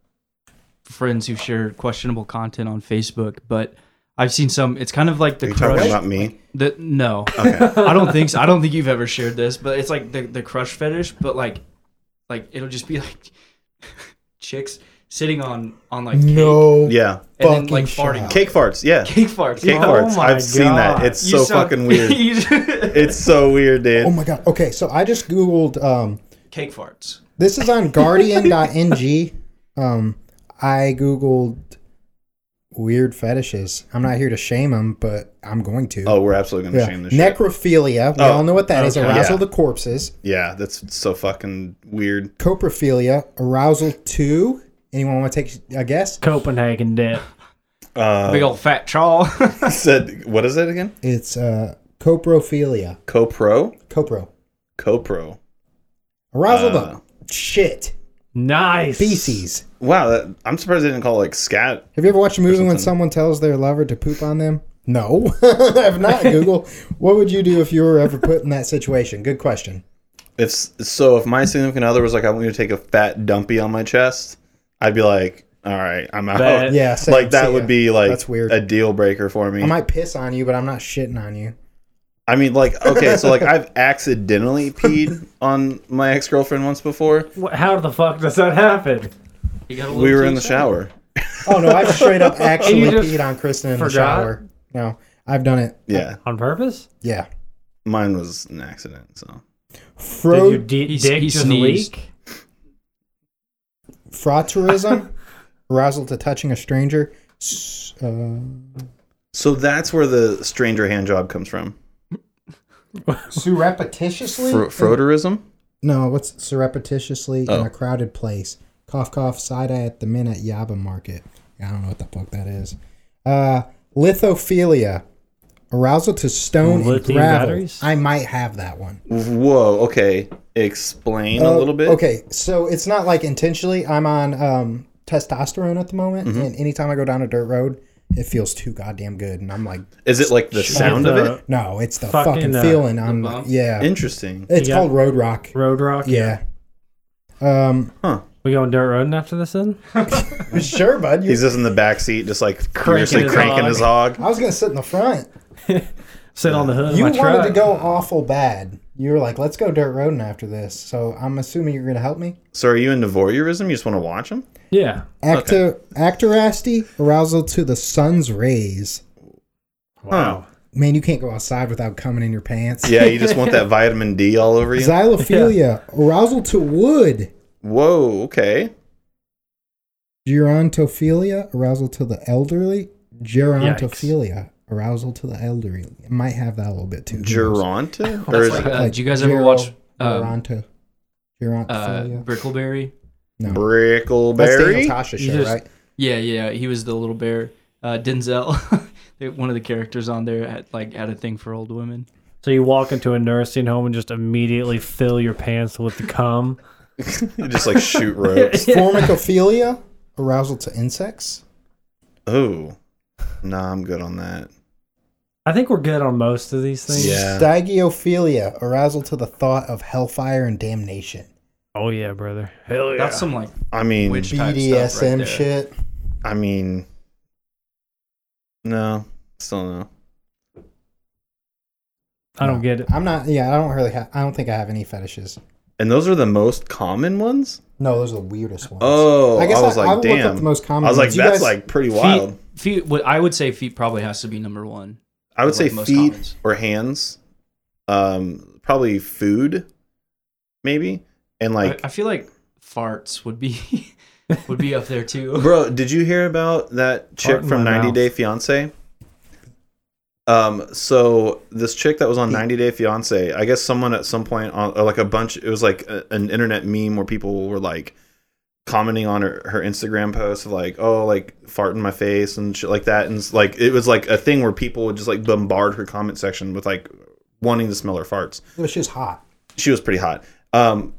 S4: friends who share questionable content on Facebook, but. I've seen some. It's kind of like
S2: are
S4: the
S2: you talking
S4: crush.
S2: about me?
S4: the, no,
S2: Okay.
S4: I don't think so. I don't think you've ever shared this, but it's like the, the crush fetish, but like like it'll just be like chicks sitting on on like cake
S1: No.
S2: Yeah.
S4: and then
S1: fucking
S4: like
S1: shot.
S4: farting
S2: Cake farts. Yeah.
S4: cake farts.
S2: Cake
S4: yeah.
S3: Oh
S2: farts.
S3: my
S2: I've seen that.
S3: God.
S2: It's
S4: You
S2: so
S4: sound-
S2: fucking weird.
S4: you just-
S2: it's so weird, dude.
S1: Oh my god. Okay, so I just googled. Um,
S4: cake farts.
S1: this is on Guardian.ng. Um, I googled weird fetishes. I'm not here to shame them, but I'm going to.
S2: oh, we're absolutely gonna
S1: yeah.
S2: shame this shit.
S1: Necrophilia. We
S2: Oh,
S1: all know what that is.
S4: okay.
S1: Arousal
S2: Yeah.
S1: to corpses.
S2: Yeah, that's so fucking weird.
S1: Coprophilia. Arousal to. Anyone want to take a guess?
S3: Copenhagen dip.
S4: Big
S2: Uh,
S4: old fat chaw.
S2: said what is it again?
S1: It's uh, coprophilia.
S2: CoPro.
S1: Copro.
S2: CoPro.
S1: Arousal
S2: Uh.
S1: to shit.
S3: Nice.
S1: Feces.
S2: Wow, that, I'm surprised they didn't call it like scat.
S1: Have you ever watched a movie when someone tells their lover to poop on them? No, I've not. Google, what would you do if you were ever put in that situation? Good question.
S2: If s- so, if my significant other was like, "I want you to take a fat dumpy on my chest," I'd be like, "All right, I'm out."
S3: Bet.
S1: Yeah, same,
S2: like that
S1: see
S2: would
S1: ya.
S2: be like
S1: that's weird.
S2: a deal breaker for me.
S1: I might piss on you, but I'm not shitting on you.
S2: I mean, like, okay, so like I've accidentally peed on my ex girlfriend once before.
S3: Wha- How the fuck does that happen?
S4: You got a
S2: We
S4: little
S2: were in the
S4: taste
S2: shower.
S1: Oh no, I've straight up actually
S3: You just
S1: peed on Kristen in the
S3: forgot?
S1: shower. No, I've done it.
S2: Yeah,
S3: On purpose?
S1: Yeah,
S2: mine was an accident. So
S3: Did
S1: Fro-
S3: your d-
S4: He-
S3: dick
S4: he
S3: just
S4: sneezed.
S3: leak?
S1: frauturism, arousal to touching a stranger. S- Uh,
S2: so that's where the stranger hand job comes from.
S1: surreptitiously.
S2: Fro- froderism.
S1: No, what's surreptitiously in
S2: Oh.
S1: a crowded place? Cough, cough, side eye at the men at Yaba Market. I don't know what the fuck that is. Uh, lithophilia, arousal to stone and
S3: Lithium
S1: gravel.
S3: batteries?
S1: I might have that one.
S2: Whoa. Okay. Explain a
S1: Uh,
S2: little bit.
S1: Okay, so it's not like intentionally. I'm on um, testosterone at the moment,
S2: Mm-hmm.
S1: and anytime I go down a dirt road, it feels too goddamn good, and I'm like,
S2: Is it like the sound of
S3: the
S2: it?
S1: no, it's the
S3: Fucking,
S1: fucking,
S3: uh,
S1: feeling. I'm
S4: bump?
S1: yeah.
S2: Interesting.
S1: It's
S3: Yeah.
S1: called road rock.
S3: Road rock?
S1: Yeah. Um,
S2: Huh.
S3: We going dirt road after this then?
S1: sure, bud. You,
S2: He's just in the back seat, just like
S1: Cranking
S2: furiously
S1: his
S2: cranking
S1: hog.
S2: his hog.
S1: I was gonna sit in the front.
S3: Sit on the hood
S1: You
S3: of my
S1: wanted
S3: truck.
S1: to go awful bad. You were like, "Let's go dirt roading after this." So I'm assuming you're gonna help me.
S2: So are you into voyeurism? You just want to watch him?
S3: Yeah.
S1: Actor actorasty arousal to the sun's rays.
S3: Wow.
S1: Man, you can't go outside without coming in your pants.
S2: Yeah, you just want that vitamin D all over you.
S1: Xylophilia arousal to wood.
S2: Whoa, okay.
S1: Gerontophilia arousal to the elderly. Gerontophilia arousal to the elderly. It might have that a little bit too. Who knows?
S2: Geronta? Or is
S4: like
S2: it
S4: Uh, do you guys ever watch, um,
S1: Geronto?
S4: Uh,
S1: Gerontophilia.
S4: Brickleberry.
S1: no. That's Daniel
S2: Brickleberry?
S1: Tosh
S3: You
S1: show,
S3: just-
S1: right?
S4: Yeah, yeah. He was the little bear. Uh, Denzel, one of the characters on there, had, like had a thing for old women.
S3: So you walk into a nursing home and just immediately fill your pants with the cum.
S2: You just like shoot ropes.
S1: Formicophilia arousal to insects.
S2: Oh. Nah, I'm good on that.
S3: I think we're good on most of these things.
S2: Yeah.
S1: Stygiophilia arousal to the thought of hellfire and damnation.
S3: Oh yeah, brother. Hell yeah.
S4: That's some like
S2: I mean
S4: Which- Type stuff right
S1: BDSM
S4: there.
S1: shit.
S2: I mean No. Still no.
S3: I don't get it.
S1: I'm not. Yeah, I don't really. Ha- I don't think I have any fetishes.
S2: And those are the most common ones?
S1: No, those are the weirdest ones.
S2: Oh, I, was like,
S1: will
S2: damn.
S1: the most common.
S2: I was
S4: Mm-hmm.
S2: like,
S1: ones. You
S2: that's
S1: guys-
S2: like pretty
S4: feet.
S2: wild.
S4: Feet. What I would say, feet probably has to be number one.
S2: I would
S4: like
S2: say
S4: most
S2: feet
S4: commons.
S2: or hands. Um, probably food, maybe, and like,
S4: I, I feel like farts would be would be up there too.
S2: bro, did you hear about that chick
S3: in
S2: from
S3: my
S2: 90
S3: mouth.
S2: Day Fiance? Um, so this chick that was on 90 Day Fiance, I guess someone at some point on or like a bunch, it was like a, an internet meme where people were like commenting on her, her Instagram post of like, oh, like fart in my face and shit like that, and it's like it was like a thing where people would just like bombard her comment section with like wanting to smell her farts.
S1: Well, she's hot.
S2: she was pretty hot. Um,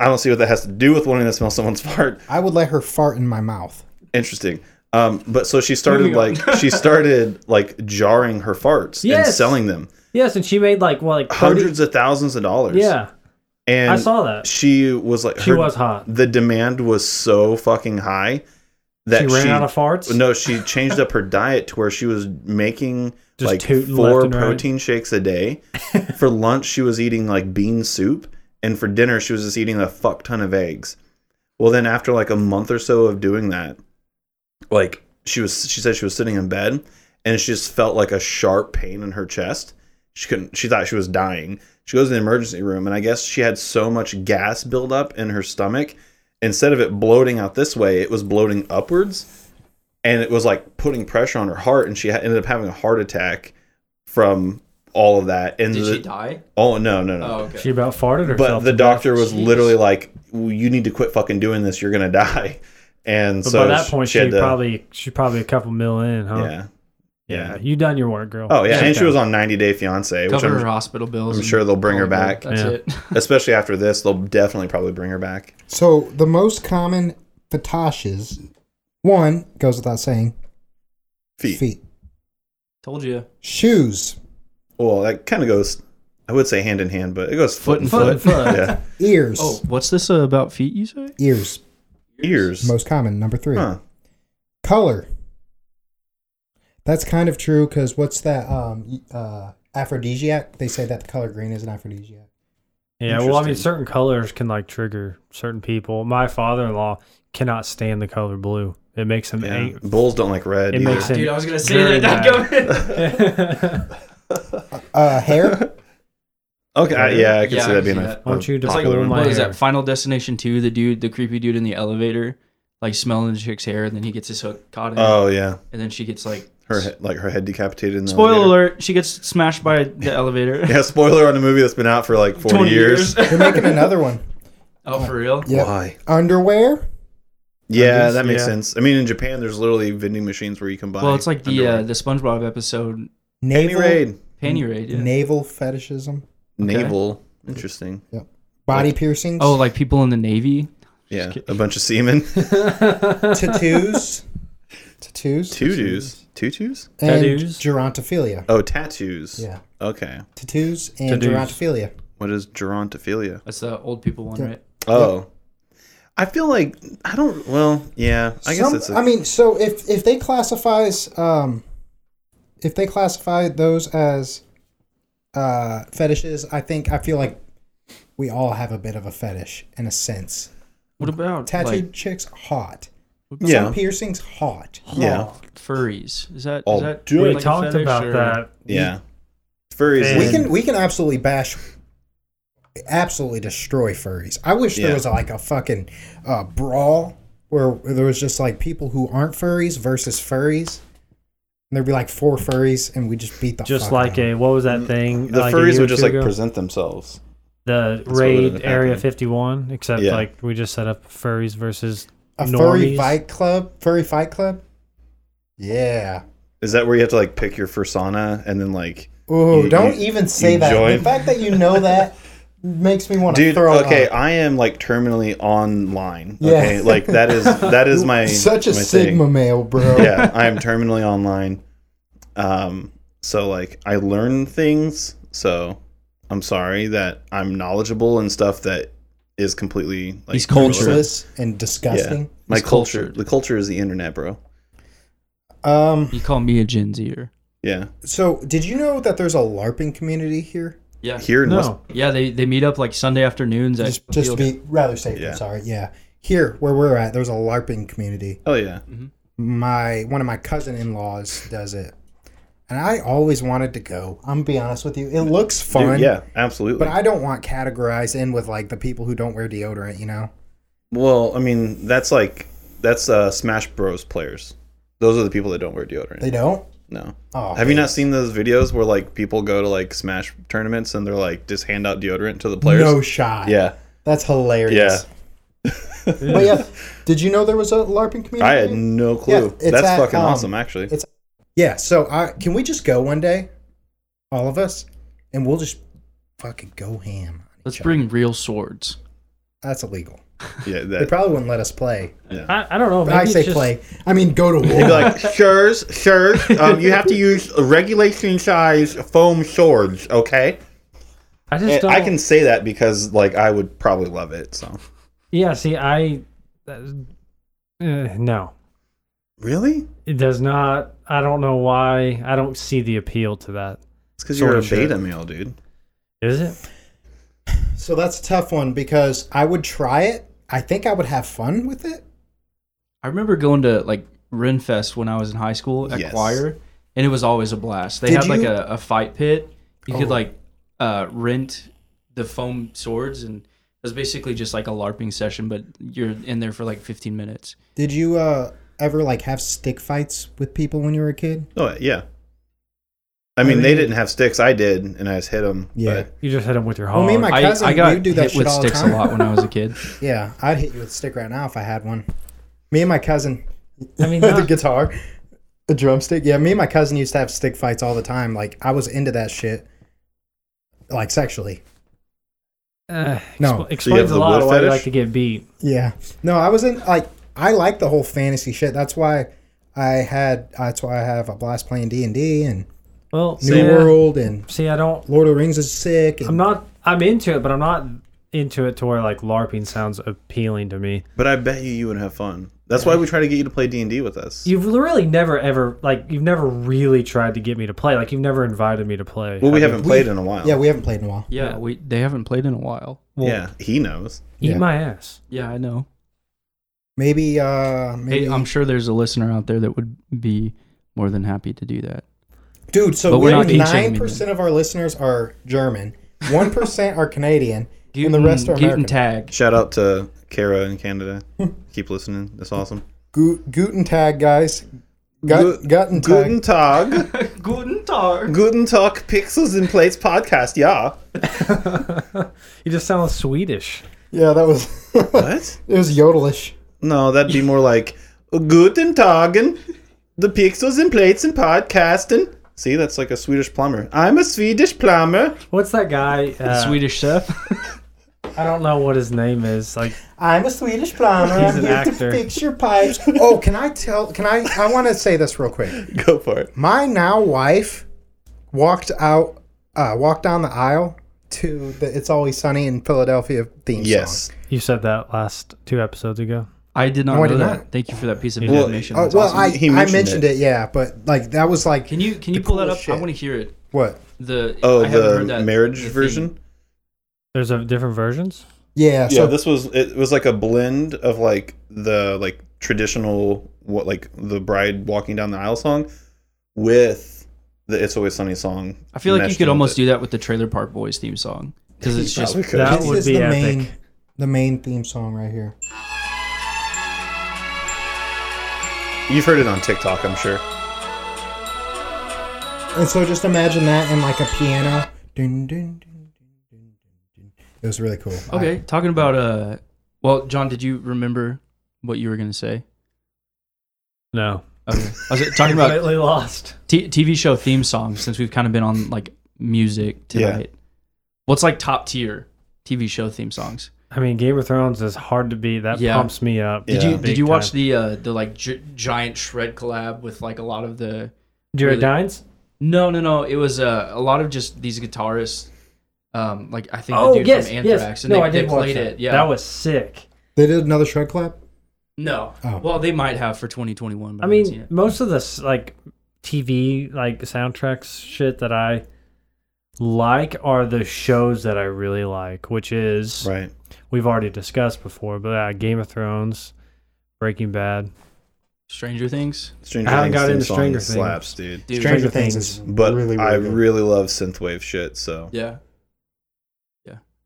S2: I don't see what that has to do with wanting to smell someone's fart.
S1: I would let her fart in my mouth.
S2: Interesting. Um, but so she started
S4: Moving
S2: like she started like jarring her farts and
S3: Yes.
S2: selling them
S3: Yes, and she made like what like 30
S2: hundreds of thousands of dollars.
S3: Yeah.
S2: and
S3: I saw that.
S2: she was like
S3: She was hot.
S2: The demand was so fucking high that
S3: She ran out of farts?
S2: No, she changed up her diet to where she was making
S3: Just
S2: like
S3: tooting
S2: four
S3: left and right.
S2: protein shakes a day. for lunch, she was eating like bean soup, and for dinner, she was just eating a fuck ton of eggs. Well, then after like a month or so of doing that, like she was, she said she was sitting in bed, and she just felt like a sharp pain in her chest. She couldn't. She thought she was dying. She goes to the emergency room, and I guess she had so much gas buildup in her stomach. Instead of it bloating out this way, it was bloating upwards, and it was like putting pressure on her heart. And she ha- ended up having a heart attack from all of that. And
S4: Did
S2: the,
S4: she die?
S2: oh no, no, no!
S4: Oh, okay.
S3: She about farted herself.
S2: but the
S3: to death.
S2: doctor was
S4: Jeez.
S2: literally like, "Well, "You need to quit fucking doing this. You're gonna die." And
S3: But
S2: so
S3: by that point, she,
S2: had to-
S3: probably she probably a couple mil in, huh?
S2: yeah,
S3: Yeah.
S2: yeah.
S3: You done your work, girl.
S2: Oh yeah,
S3: Sit
S2: and she
S3: down.
S2: was on 90 Day Fiance, which
S4: Cover her
S2: I'm,
S4: hospital bills.
S2: I'm
S4: and
S2: sure they'll bring her
S4: all
S2: back.
S4: that. That's
S3: Yeah.
S4: it.
S2: especially after this. They'll definitely probably bring her back.
S1: So the most common fetishes, one goes without saying,
S2: Feet.
S1: feet,
S4: Told you.
S1: shoes,
S2: Well, that kind of goes. I would say hand in hand, but it goes foot and
S4: Foot
S2: foot.
S4: and foot.
S2: yeah,
S1: ears,
S4: Oh, what's this uh, about feet? You say?
S1: ears,
S2: ears.
S1: most common. Number three,
S2: Huh.
S1: color. That's kind of true because what's that? Um, uh, aphrodisiac. They say that the color green is an aphrodisiac.
S3: Yeah, well, I mean,
S2: Interesting.
S3: certain colors can like trigger certain people. My father-in-law cannot stand the color blue. It makes him
S2: Yeah.
S3: ang-
S2: Bulls don't like red.
S3: It
S2: either.
S3: makes it-
S4: Dude, I was gonna
S3: Very
S4: say that.
S1: Uh, hair.
S2: okay. I, yeah, I can
S4: Yeah,
S2: see
S4: I
S2: that
S4: can
S2: being
S4: see
S2: a,
S4: that.
S2: a
S3: Why don't you just
S2: popular
S3: pull
S2: one.
S3: my-
S4: what is
S3: hair.
S4: that? Final Destination Two. The dude, the creepy dude in the elevator, like smelling the chick's hair, and then he gets his hook caught in, it,
S2: Oh yeah,
S4: and then she gets like.
S2: her he- like her head decapitated. In the
S4: Spoiler
S2: elevator.
S4: alert! She gets smashed by the elevator.
S2: Yeah, spoiler on a movie that's been out for like 40 years.
S1: They're making another one.
S4: oh, for real?
S1: Yep.
S2: Why?
S1: Underwear.
S2: Yeah,
S3: Undies?
S2: that makes
S3: Yeah.
S2: sense. I mean, in Japan, there's literally vending machines where you can buy.
S4: Well, it's like the
S2: underwear.
S4: uh, the SpongeBob episode
S2: Panty
S1: Navel.
S2: raid,
S4: panty raid. Yeah.
S1: Naval fetishism.
S2: navel. Interesting.
S1: Body piercings.
S4: Oh, like people in the navy.
S2: Yeah, a bunch of semen.
S1: tattoos, tattoos,
S2: Tutus, tutus.
S1: and
S3: Tattoos.
S1: gerontophilia.
S2: Oh, tattoos.
S1: Yeah,
S2: Okay.
S1: tattoos and
S3: Tattoos.
S1: gerontophilia.
S2: What is gerontophilia?
S4: That's the old people one,
S1: Yeah.
S4: right?
S2: Oh, I feel like I don't. Well, yeah. I guess
S1: Some-
S2: it's. A,
S1: I mean, so if if they classifies um, if they classify those as uh, fetishes, I think I feel like we all have a bit of a fetish in a sense.
S4: What about
S1: Mm-hmm. Tattooed
S4: like
S1: chicks hot.
S2: yeah,
S1: Piercings hot.
S2: yeah,
S4: furries? Is that
S2: Oh,
S4: is that
S2: dude.
S4: like
S3: We
S4: a
S3: talked
S4: fetish
S3: about
S4: or-
S3: that.
S2: yeah. Furries.
S3: We
S1: We
S2: is-
S1: can we can absolutely bash, absolutely destroy furries. I wish there
S2: Yeah.
S1: was like a fucking uh, brawl where there was just like people who aren't furries versus furries. And there'd be like four furries, and we just beat the
S3: Just
S1: fuck
S3: like
S1: out of
S3: a what was that thing?
S2: the
S3: like a
S2: furries
S3: year or
S2: would just
S3: two
S2: like
S3: ago?
S2: present themselves.
S3: the
S2: what ended
S3: raid
S2: up
S3: Area
S2: happening.
S3: 51, except
S2: Yeah.
S3: like we just set up furries versus
S1: a
S3: normies.
S1: furry fight club. Furry fight club. Yeah.
S2: Is that where you have to like pick your persona and then like,
S1: Ooh,
S2: You-
S1: don't
S2: you-
S1: even say
S2: you
S1: that.
S2: join-
S1: The fact that you know that makes me want to
S2: dude?
S1: throw
S2: Okay, uh,
S1: up.
S2: I am like terminally online.
S1: Yeah.
S2: Okay, like that is that is my
S1: Such a
S2: my
S1: sigma male, bro.
S2: Thing. Yeah, I am terminally online. Um, so like I learn things. So I'm sorry that I'm knowledgeable in stuff that is completely like
S4: He's cultured.
S2: irrelevant.
S1: Useless and disgusting.
S2: My
S4: He's
S2: culture,
S4: cultured.
S2: the culture is the internet, bro.
S1: Um.
S4: You call me a Gen Zer?
S2: Yeah,
S1: So, did you know that there's a LARPing community here?
S4: Yeah,
S2: here in West,
S3: No,
S4: yeah. They they meet up like Sunday afternoons. At
S1: Just, just to
S4: field.
S1: be rather safe.
S2: Yeah.
S1: I'm sorry. Yeah. Here, where we're at, there's a LARPing community.
S2: oh yeah,
S1: My one of my cousin in laws does it, and I always wanted to go. I'm gonna be honest with you. It looks fun.
S2: Dude, yeah, absolutely.
S1: But I don't want categorized in with like the people who don't wear deodorant. You know.
S2: Well, I mean, that's like that's uh, Smash Bros. players. Those are the people that don't wear deodorant.
S1: They don't.
S2: no.
S1: Oh,
S2: Have you not seen those videos where like people go to like Smash tournaments and they're like just hand out deodorant to the players?
S1: No shot.
S2: Yeah,
S1: That's hilarious. Yeah. but yeah, did you know there was a LARPing community?
S2: I had no clue.
S1: it's
S2: that's
S1: at,
S2: fucking
S1: um,
S2: awesome, actually.
S1: it's- Yeah, so I can we just go one day, all of us, and we'll just fucking go ham. on
S4: Let's
S1: each other.
S4: bring real swords.
S1: That's illegal.
S2: yeah,
S1: They
S2: that.
S1: probably wouldn't let us play.
S3: I, I don't know.
S1: But
S3: Maybe
S1: I say
S3: it's just,
S1: play. I mean go to
S2: They'd
S1: war.
S2: be like, sirs, sirs, um, you have to use regulation size foam swords, okay?
S3: I just
S2: And
S3: don't.
S2: I can say that because, like, I would probably love it, so.
S3: Yeah. See, I. that- eh, no,
S2: Really?
S3: it does not. I don't know why. I don't see the appeal to that.
S2: It's because
S3: Sort
S2: you're a
S3: of shit.
S2: beta male, dude.
S3: Is it?
S1: so that's a tough one because I would try it. I think I would have fun with it.
S4: I remember going to like Renfest when I was in high school at
S2: Yes.
S4: choir, and it was always a blast. They
S1: Did
S4: had like
S1: you-
S4: a, a fight pit. You could
S1: Oh.
S4: like uh, rent the foam swords, and it was basically just like a LARPing session, but you're in there for like 15 minutes.
S1: Did you uh ever like have stick fights with people when you were a kid?
S2: Oh, yeah. I mean, they didn't have sticks. I did, and I just hit them.
S1: Yeah.
S2: But
S3: You just hit him with your
S1: Well,
S3: hog.
S1: me and my
S4: I,
S1: cousin
S4: I got
S1: we do that
S4: hit
S1: shit
S4: with
S1: all the
S4: sticks
S1: time.
S4: a lot when I was a kid.
S1: Yeah, I'd hit you with a stick right now if I had one. Me and my cousin,
S3: I mean,
S1: the
S3: not-
S1: guitar, a drumstick. Yeah, me and my cousin used to have stick fights all the time. Like I was into that shit, like sexually.
S3: eh,
S1: No.
S3: expl- explains
S2: the
S3: a lot
S2: wood
S3: of why you
S2: fetish?
S3: like to get beat.
S1: Yeah. No, I wasn't like I like the whole fantasy shit. That's why I had. That's why I have a blast playing D and D and
S3: Well,
S1: New
S3: yeah.
S1: World and
S3: See, I don't.
S1: Lord of the Rings is sick. And
S3: I'm not. I'm into it, but I'm not into it to where like LARPing sounds appealing to me.
S2: but I bet you you would have fun. That's why we try to get you to play D and D with us.
S3: You've really never ever like you've never really tried to get me to play. Like you've never invited me to play.
S2: well, we
S3: Have you?
S2: haven't played in a while.
S1: yeah, we haven't played in a while.
S4: Yeah, we they haven't played in a while.
S2: yeah. He knows.
S3: Eat
S1: Yeah.
S3: my ass.
S4: Yeah, I know.
S1: Maybe. uh Maybe.
S4: Hey, I'm sure there's a listener out there that would be more than happy to do that.
S1: Dude, so
S4: But we're not eating
S1: nine percent of our listeners are German, one percent are Canadian, and the
S4: Guten-
S1: rest are
S4: Guten
S1: American.
S4: Tag.
S2: Shout out to Kara in Canada. Keep listening. That's awesome.
S1: Gu- Guten Tag, guys. Gut, Guten Tag.
S2: Guten Tag.
S4: Guten Tag.
S2: Guten Tag. Pixels and Plates podcast. Yeah.
S3: You just sound Swedish.
S1: Yeah, that was it
S2: What?
S1: was yodelish.
S2: No, that'd be more like Guten Tagen. The Pixels and Plates and podcasting. See, that's like a Swedish plumber. I'm a Swedish plumber.
S3: What's that guy? Uh,
S4: Swedish chef.
S3: I don't know what his name is. Like
S1: I'm a Swedish plumber.
S3: He's
S1: I'm
S3: an
S1: here to
S3: actor.
S1: fix your pipes. Oh, can I tell? Can I? I want to say this real quick.
S2: Go for it.
S1: My now wife walked out, uh, walked down the aisle to the "It's Always Sunny in Philadelphia" theme
S2: Yes.
S1: song.
S3: You said that last two episodes ago.
S4: I did not
S1: No, I
S4: know
S1: did
S4: that.
S1: not.
S4: Thank you for that piece of
S3: You did.
S4: information.
S1: Oh,
S4: That's
S1: well,
S4: awesome.
S1: I,
S2: He
S1: I
S2: mentioned
S1: mentioned it.
S2: it.
S1: yeah, but like that was like
S4: can you can you
S1: the
S4: pull that
S1: cool
S4: up?
S1: shit.
S4: I want to hear it.
S1: what?
S4: The
S2: Oh,
S4: I haven't heard
S2: the
S4: that-
S2: marriage
S4: the thing.
S2: version.
S3: There's a different versions.
S1: Yeah,
S2: Yeah,
S1: so
S2: this was it was like a blend of like the like traditional what like the bride walking down the aisle song with the "It's Always Sunny" song.
S4: I feel like you
S2: meshed
S4: could
S2: in
S4: almost
S2: with
S4: do that with the Trailer Park Boys theme song because
S2: it.
S4: it's just
S2: Probably could.
S3: that
S1: this
S3: would
S1: is
S3: be
S1: the
S3: epic.
S1: main the main theme song right here.
S2: You've heard it on TikTok, I'm sure.
S1: And so just imagine that in like a piano. Dun, dun, dun, dun, dun, dun. It was really cool.
S4: okay. Talking about uh, well, John, did you remember what you were gonna say?
S3: No,
S4: Okay. I was talking about
S3: completely lost.
S4: T- TV show theme songs since we've kind of been on like music
S2: Yeah.
S4: tonight. What's like top tier TV show theme songs?
S3: I mean, Game of Thrones is hard to beat. That
S4: Yeah.
S3: pumps me up.
S2: Did
S4: Did
S2: Yeah.
S4: you,
S3: big
S4: did you watch
S3: time.
S4: the uh, the like gi- giant shred collab with like a lot of the?
S3: Jared
S4: really-
S3: Dines?
S4: No, no, no. It was uh, a lot of just these guitarists. Um, like I think
S3: Oh
S4: the dude
S3: yes,
S4: from
S3: yes.
S4: Anthrax, and
S3: no,
S4: they,
S3: I did
S4: they
S3: watch
S4: played
S3: that.
S4: it. Yeah,
S3: that was sick.
S1: They did another shred clap.
S4: no.
S1: Oh.
S4: Well, they might have for 2021. But
S3: I
S4: I haven't seen
S3: mean,
S4: it.
S3: most of this like TV like soundtracks shit that I like are the shows that I really like, which is
S2: Right.
S3: we've already discussed before, but uh, Game of Thrones, Breaking Bad.
S4: Stranger Things.
S2: Stranger
S3: I haven't
S2: Things
S3: got
S2: theme
S3: into
S2: song
S3: Stranger Things.
S2: slaps, dude.
S4: Dude,
S3: Stranger Things.
S1: is
S2: But I
S1: good.
S2: really love synthwave shit, so
S4: Yeah,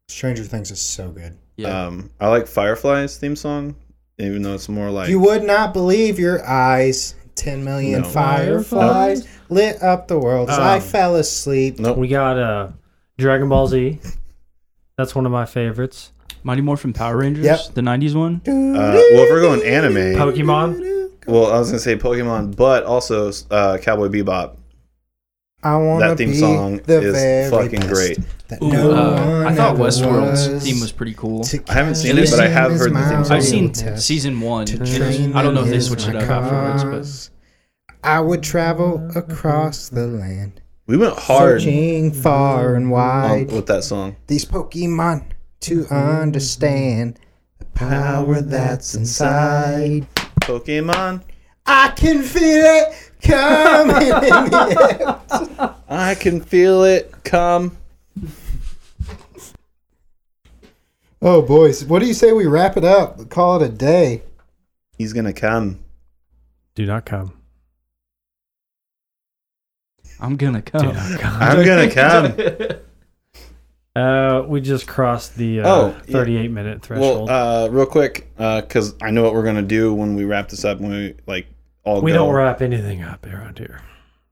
S1: Stranger Things is so good.
S4: yeah.
S2: um I like Firefly's theme song, even though it's more like
S1: you would not believe your eyes. Ten million
S2: No.
S1: fireflies lit up the world. as I
S3: Um,
S1: fell asleep.
S2: Nope.
S3: We got uh, Dragon Ball Z. That's one of my favorites.
S4: Mighty Morphin Power Rangers,
S1: Yep.
S4: the 90s one.
S2: Uh, well, if we're going anime,
S3: Pokemon.
S2: well, I was gonna say Pokemon, but also uh, Cowboy Bebop.
S1: I want to
S2: That theme
S1: be
S2: song
S1: the
S2: is
S1: very
S2: fucking
S1: best
S2: great.
S1: That
S4: Ooh,
S1: no
S4: uh, I
S1: one
S4: thought
S1: ever
S4: Westworld's theme was pretty cool.
S1: To
S2: I haven't seen
S4: it, but I
S1: catch
S2: have
S1: is
S2: heard the
S1: my
S2: theme song.
S4: I've seen
S1: real test.
S4: season one.
S1: to
S4: and
S2: Mm.
S1: train
S4: I don't know if
S1: them
S4: they
S1: is
S4: switched it
S1: my
S4: up afterwards,
S1: cause. I would travel across the land,
S2: We went hard Mm.
S1: searching far and
S2: on,
S1: wide.
S2: with that song.
S1: These Pokemon to
S2: Mm.
S1: understand the power that's inside.
S2: Pokemon,
S1: I can feel it coming in the air.
S2: I can feel it come.
S1: Oh, boys, what do you say we wrap it up? Call it a day.
S2: He's gonna come.
S3: Do not come.
S4: but I'm gonna
S3: Do
S4: come.
S3: not come.
S2: I'm gonna come.
S3: Uh, we just crossed the uh,
S2: Oh, yeah.
S3: 38 minute threshold.
S2: Well, uh, real quick, because I know what we're gonna do when we wrap this up. When we like all
S3: we
S2: go.
S3: don't wrap anything up around here.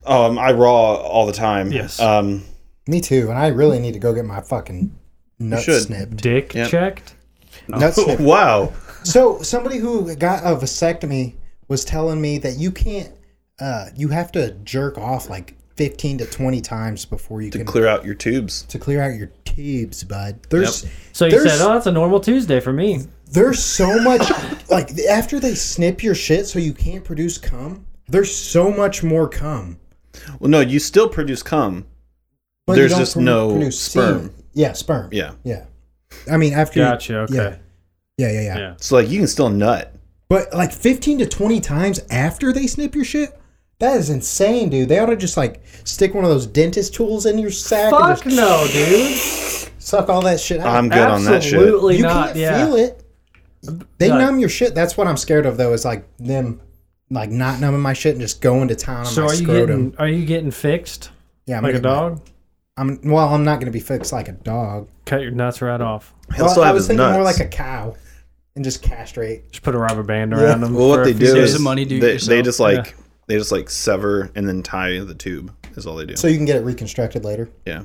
S2: Um, I raw all the time.
S3: Yes.
S2: Um,
S1: Me too, and I really need to go get my fucking nut
S2: should.
S1: snipped.
S3: Dick
S2: Yep.
S3: checked.
S1: Nut snipped.
S2: wow.
S1: So somebody who got a vasectomy was telling me that you can't, uh, you have to jerk off like fifteen to twenty times before you
S2: To
S1: can
S2: clear out your tubes.
S1: to clear out your tubes, bud. There's
S3: So you
S1: there's
S3: said, "Oh, that's a normal Tuesday for me."
S1: there's so much like after they snip your shit so you can't produce cum. There's so much more cum.
S2: Well, no, you still produce cum.
S1: But
S2: There's
S1: you don't
S2: just no sperm.
S1: semen. Yeah, sperm.
S2: Yeah.
S1: yeah. I mean after.
S3: Gotcha. Okay.
S1: Yeah. Yeah, yeah, yeah,
S3: Yeah.
S2: So like you can still nut.
S1: But like fifteen to twenty times after they snip your shit. That is insane, dude. They ought to just like stick one of those dentist tools in your sack and
S3: Fuck
S1: just
S3: no, dude.
S1: suck all that shit out.
S2: I'm good on that shit.
S3: Absolutely
S1: you
S3: not.
S1: can't
S3: Yeah.
S1: feel it. They
S3: Like-
S1: numb your shit. That's what I'm scared of, though. Is like them, like not numbing my shit and just going to town on
S3: So
S1: my
S3: are you
S1: scrotum.
S3: getting are you getting fixed
S1: yeah, I'm
S3: like a
S1: gonna get my-
S3: dog?
S1: I'm well. I'm not gonna be fixed like a dog.
S3: Cut your nuts right off.
S2: He'll
S1: Well,
S2: still
S1: I
S2: have
S1: was
S2: his
S1: thinking
S2: nuts.
S1: more like a cow, and just castrate.
S3: Just put a rubber band around them.
S2: well,
S3: for
S2: what
S3: a
S2: they
S3: few
S2: do
S4: There's
S2: is
S4: a
S3: days.
S4: money do it
S2: they, they
S4: yourself.
S2: just like
S3: Yeah.
S2: they just like sever and then tie the tube is all they do.
S1: So you can get it reconstructed later,
S2: yeah.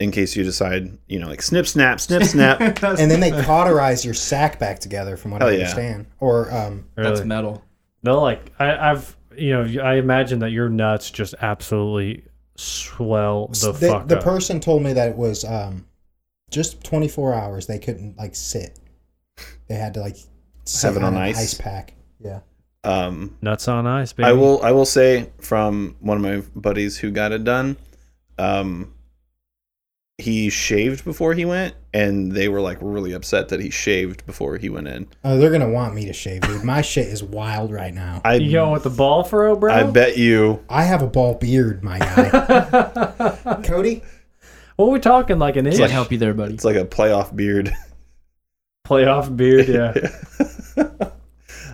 S2: In case you decide, you know, like snip, snap, snip, snap.
S1: and then they cauterize your sack back together, from what I
S2: Hell yeah.
S1: understand. Or um,
S4: That's
S3: Really.
S4: metal.
S3: They'll like I, I've you know I imagine that your nuts just absolutely swell the
S1: they-
S3: fuck
S1: the
S3: up.
S1: person told me that it was um, just 24 hours. They couldn't like sit. They had to like sit
S2: Have it on
S1: an
S2: ice.
S1: ice pack. Yeah.
S2: Um,
S3: nuts on ice, baby.
S2: I will I will say from one of my buddies who got it done, um, he shaved before he went, and they were like really upset that he shaved before he went in.
S1: Oh, they're gonna want me to shave, dude. My shit is wild right now.
S2: I
S3: You going with the ball furrow, bro?
S2: I bet you
S1: I have a bald beard, my guy. Cody,
S3: What are we talking? Like an inch?
S4: Can't help you there, buddy.
S2: it's like a playoff beard.
S3: Playoff beard, yeah.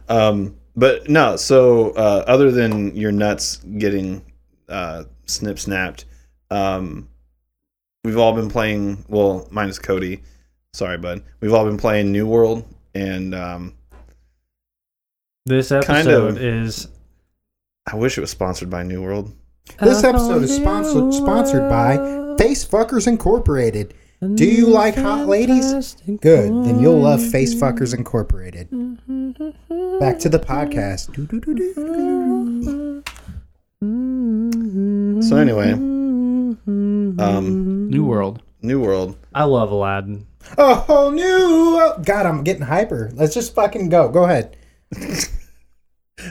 S2: Um, but no, so uh, other than your nuts getting uh, snip snapped, um, we've all been playing. Well, minus Cody, sorry, bud. We've all been playing New World, and um,
S3: This episode
S2: Kind of.
S3: is.
S2: I wish it was sponsored by New World.
S1: this episode is sponsored sponsored by Face Fuckers Incorporated. Do you like hot ladies? Good, then you'll love Face Fuckers Incorporated. Back to the podcast.
S2: So anyway, um,
S4: New World.
S2: New World.
S3: I love Aladdin.
S1: A whole new God, I'm getting hyper. Let's just fucking go. Go ahead.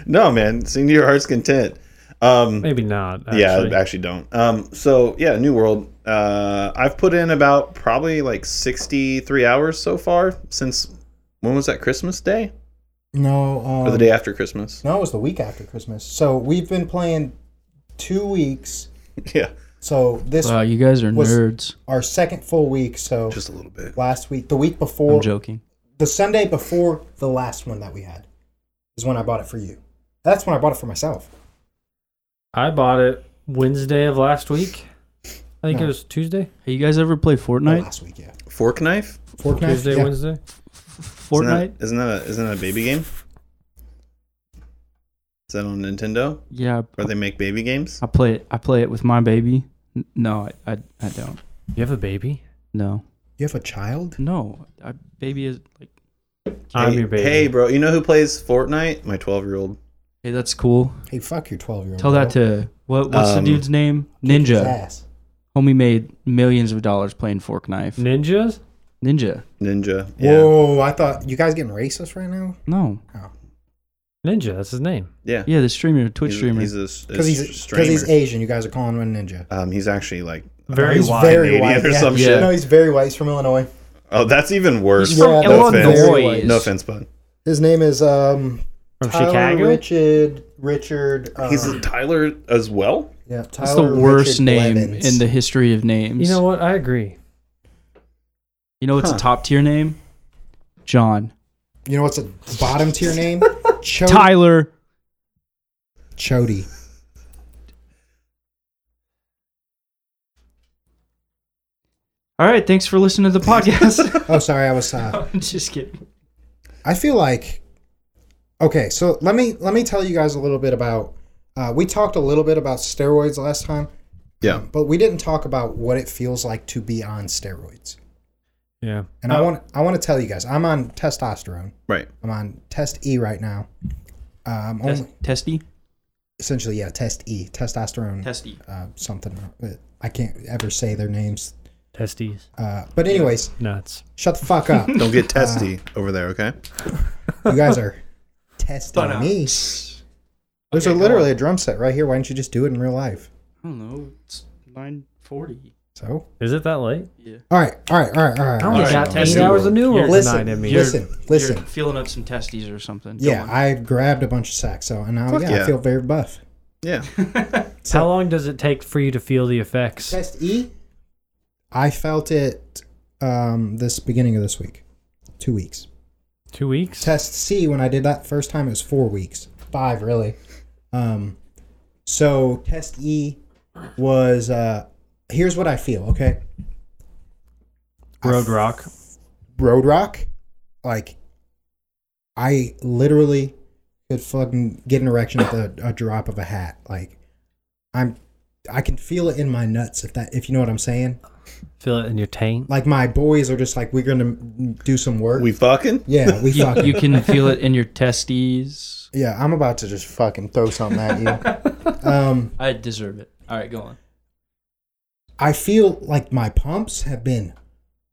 S2: No, man, sing to your heart's content. Um,
S3: Maybe not.
S2: yeah,
S3: actually.
S2: I actually don't. Um, so yeah, New World. Uh, I've put in about probably like sixty-three hours so far since when was that Christmas Day
S1: No,
S2: or the
S1: um,
S2: day after Christmas?
S1: no, it was the week after Christmas. So we've been playing two weeks.
S2: yeah,
S1: So this
S4: Wow, you guys are
S1: Was-
S4: nerds.
S1: our second full week. So
S2: just a little bit.
S1: last week, the week
S4: I'm
S1: before,
S4: joking.
S1: the Sunday before the last one that we had is when I bought it for you. That's when I bought it for myself.
S3: I bought it Wednesday of last week. I think it was Tuesday.
S4: Hey, you guys ever play
S1: Oh,
S4: Fortnite?
S1: last week, yeah.
S2: Fork knife.
S1: Fork knife,
S3: Tuesday,
S1: yeah.
S3: Wednesday.
S2: Isn't
S4: Fortnite?
S2: that, isn't that a, isn't that a baby game? Is that on Nintendo
S4: Yeah,
S2: where they make baby games?
S4: I play it. I play it with my baby. N- No, I, I, I don't.
S3: You have a baby?
S4: No,
S1: You have a child?
S4: no. I, baby is like,
S3: I'm
S2: hey,
S3: your baby.
S2: Hey, bro, you know who plays Fortnite? My twelve-year-old.
S4: hey, that's cool.
S1: Hey, fuck your 12 year old.
S4: Tell that to what? What's
S2: Um,
S4: the dude's name? Ninja.
S1: ass.
S4: Homie made millions of dollars playing Fork Knife.
S3: Ninjas?
S4: Ninja.
S2: Ninja. Yeah.
S1: Whoa, I thought you guys getting racist right now?
S4: No.
S3: Ninja, that's his name.
S2: Yeah.
S4: Yeah, the streamer, Twitch
S2: He's,
S4: streamer.
S2: he's a, s- a
S1: Because he's, 'cause he's
S2: streamer.
S1: Asian. You guys are calling him a ninja.
S2: um, he's actually like
S3: Very
S1: he's
S3: wide.
S1: very
S2: Canadian
S1: white.
S2: or
S1: yeah.
S2: some
S4: shit.
S1: No, he's very white. He's from Illinois.
S2: Oh, that's even worse.
S4: He's from
S1: Yeah, that's
S2: no,
S1: very
S2: offense.
S4: Illinois.
S1: white.
S2: no offense, bud.
S1: His name is um,
S3: From
S1: Tyler
S3: Chicago?
S1: Richard. Richard. Uh,
S2: He's a Tyler as well.
S1: yeah, Tyler
S4: That's the worst
S1: Richard
S4: name
S1: Blevins.
S4: in the history of names.
S3: You know what? I agree.
S4: you know what's
S2: Huh.
S4: a top tier name? John.
S1: You know what's a bottom tier name? Cho-
S4: Tyler.
S1: Chody.
S4: All right, thanks for listening to the podcast.
S1: Oh, sorry, I was. Uh,
S4: I'm just kidding.
S1: I feel like. Okay, so let me let me tell you guys a little bit about. Uh, we talked a little bit about steroids last time,
S2: Yeah.
S1: but we didn't talk about what it feels like to be on steroids.
S3: Yeah.
S1: And
S4: Oh.
S1: I want I want to tell you guys, I'm on testosterone.
S2: Right.
S1: I'm on test E right now. Um,
S4: Test,
S1: only,
S4: testy?
S1: essentially, yeah, test E, testosterone,
S4: Testy.
S1: uh, something. I can't ever say their names.
S3: Testes.
S1: Uh, but anyways,
S3: Nuts.
S1: shut the fuck up.
S2: Don't get testy over there, okay?
S1: You guys are testing me. There's a, literally a drum set right here. Why don't you just do it in real life?
S4: I don't know. It's 940.
S1: So,
S3: Is it that late?
S1: all right, all right, all right, all right.
S3: I
S1: All
S3: only
S1: right.
S3: got
S4: Testes.
S3: eight hours of New World
S1: Listen,
S3: tonight in me.
S4: You're-
S1: listen, listen.
S4: You're feeling up some testes or something. Go
S1: yeah,
S4: on.
S1: I grabbed a bunch of sacks, so and now
S2: Fuck
S1: yeah, I
S2: yeah.
S1: feel very buff.
S2: Yeah.
S3: How long does it take for you to feel the effects?
S1: Test E. I felt it um, this beginning of this week, two weeks.
S3: Two weeks?
S1: Test C when I did that first time it was four weeks, five really. Um, so test E was uh, here's what I feel. Okay,
S3: Road Rock.
S1: Road Rock, like I literally could fucking get an erection at the a drop of a hat. Like I'm, I can feel it in my nuts if that if you know what I'm saying.
S3: Feel it in your taint.
S1: Like my boys are just like we're gonna do some work.
S2: We fucking?
S1: yeah, we
S4: You,
S1: fucking
S4: you can feel it in your testes.
S1: yeah. I'm about to just fucking throw something at you. um,
S4: I deserve it. All right, go on.
S1: I feel like my pumps have been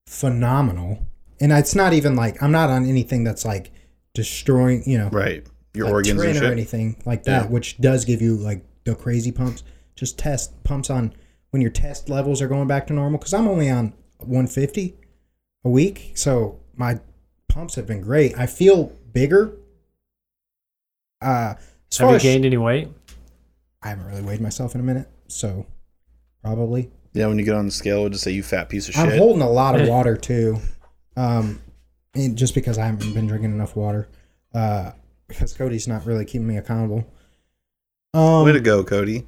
S1: phenomenal, and it's not even like I'm not on anything that's like destroying you know
S2: Right. Your
S1: like
S2: organs and
S1: Trin or
S2: shit.
S1: anything like that,
S2: Yeah.
S1: which does give you like the crazy pumps. Just test pumps on when your test levels are going back to normal because I'm only on 150 a week, so my pumps have been great. I feel bigger. Uh, as
S3: Have
S1: far
S3: you
S1: as
S3: gained any weight?
S1: I haven't really weighed myself in a minute, so probably.
S2: Yeah, when you get on the scale, it would just say you fat piece of shit.
S1: I'm holding a lot of water too, um, and just because I haven't been drinking enough water, uh, because Cody's not really keeping me accountable. Um,
S2: Way to go, Cody.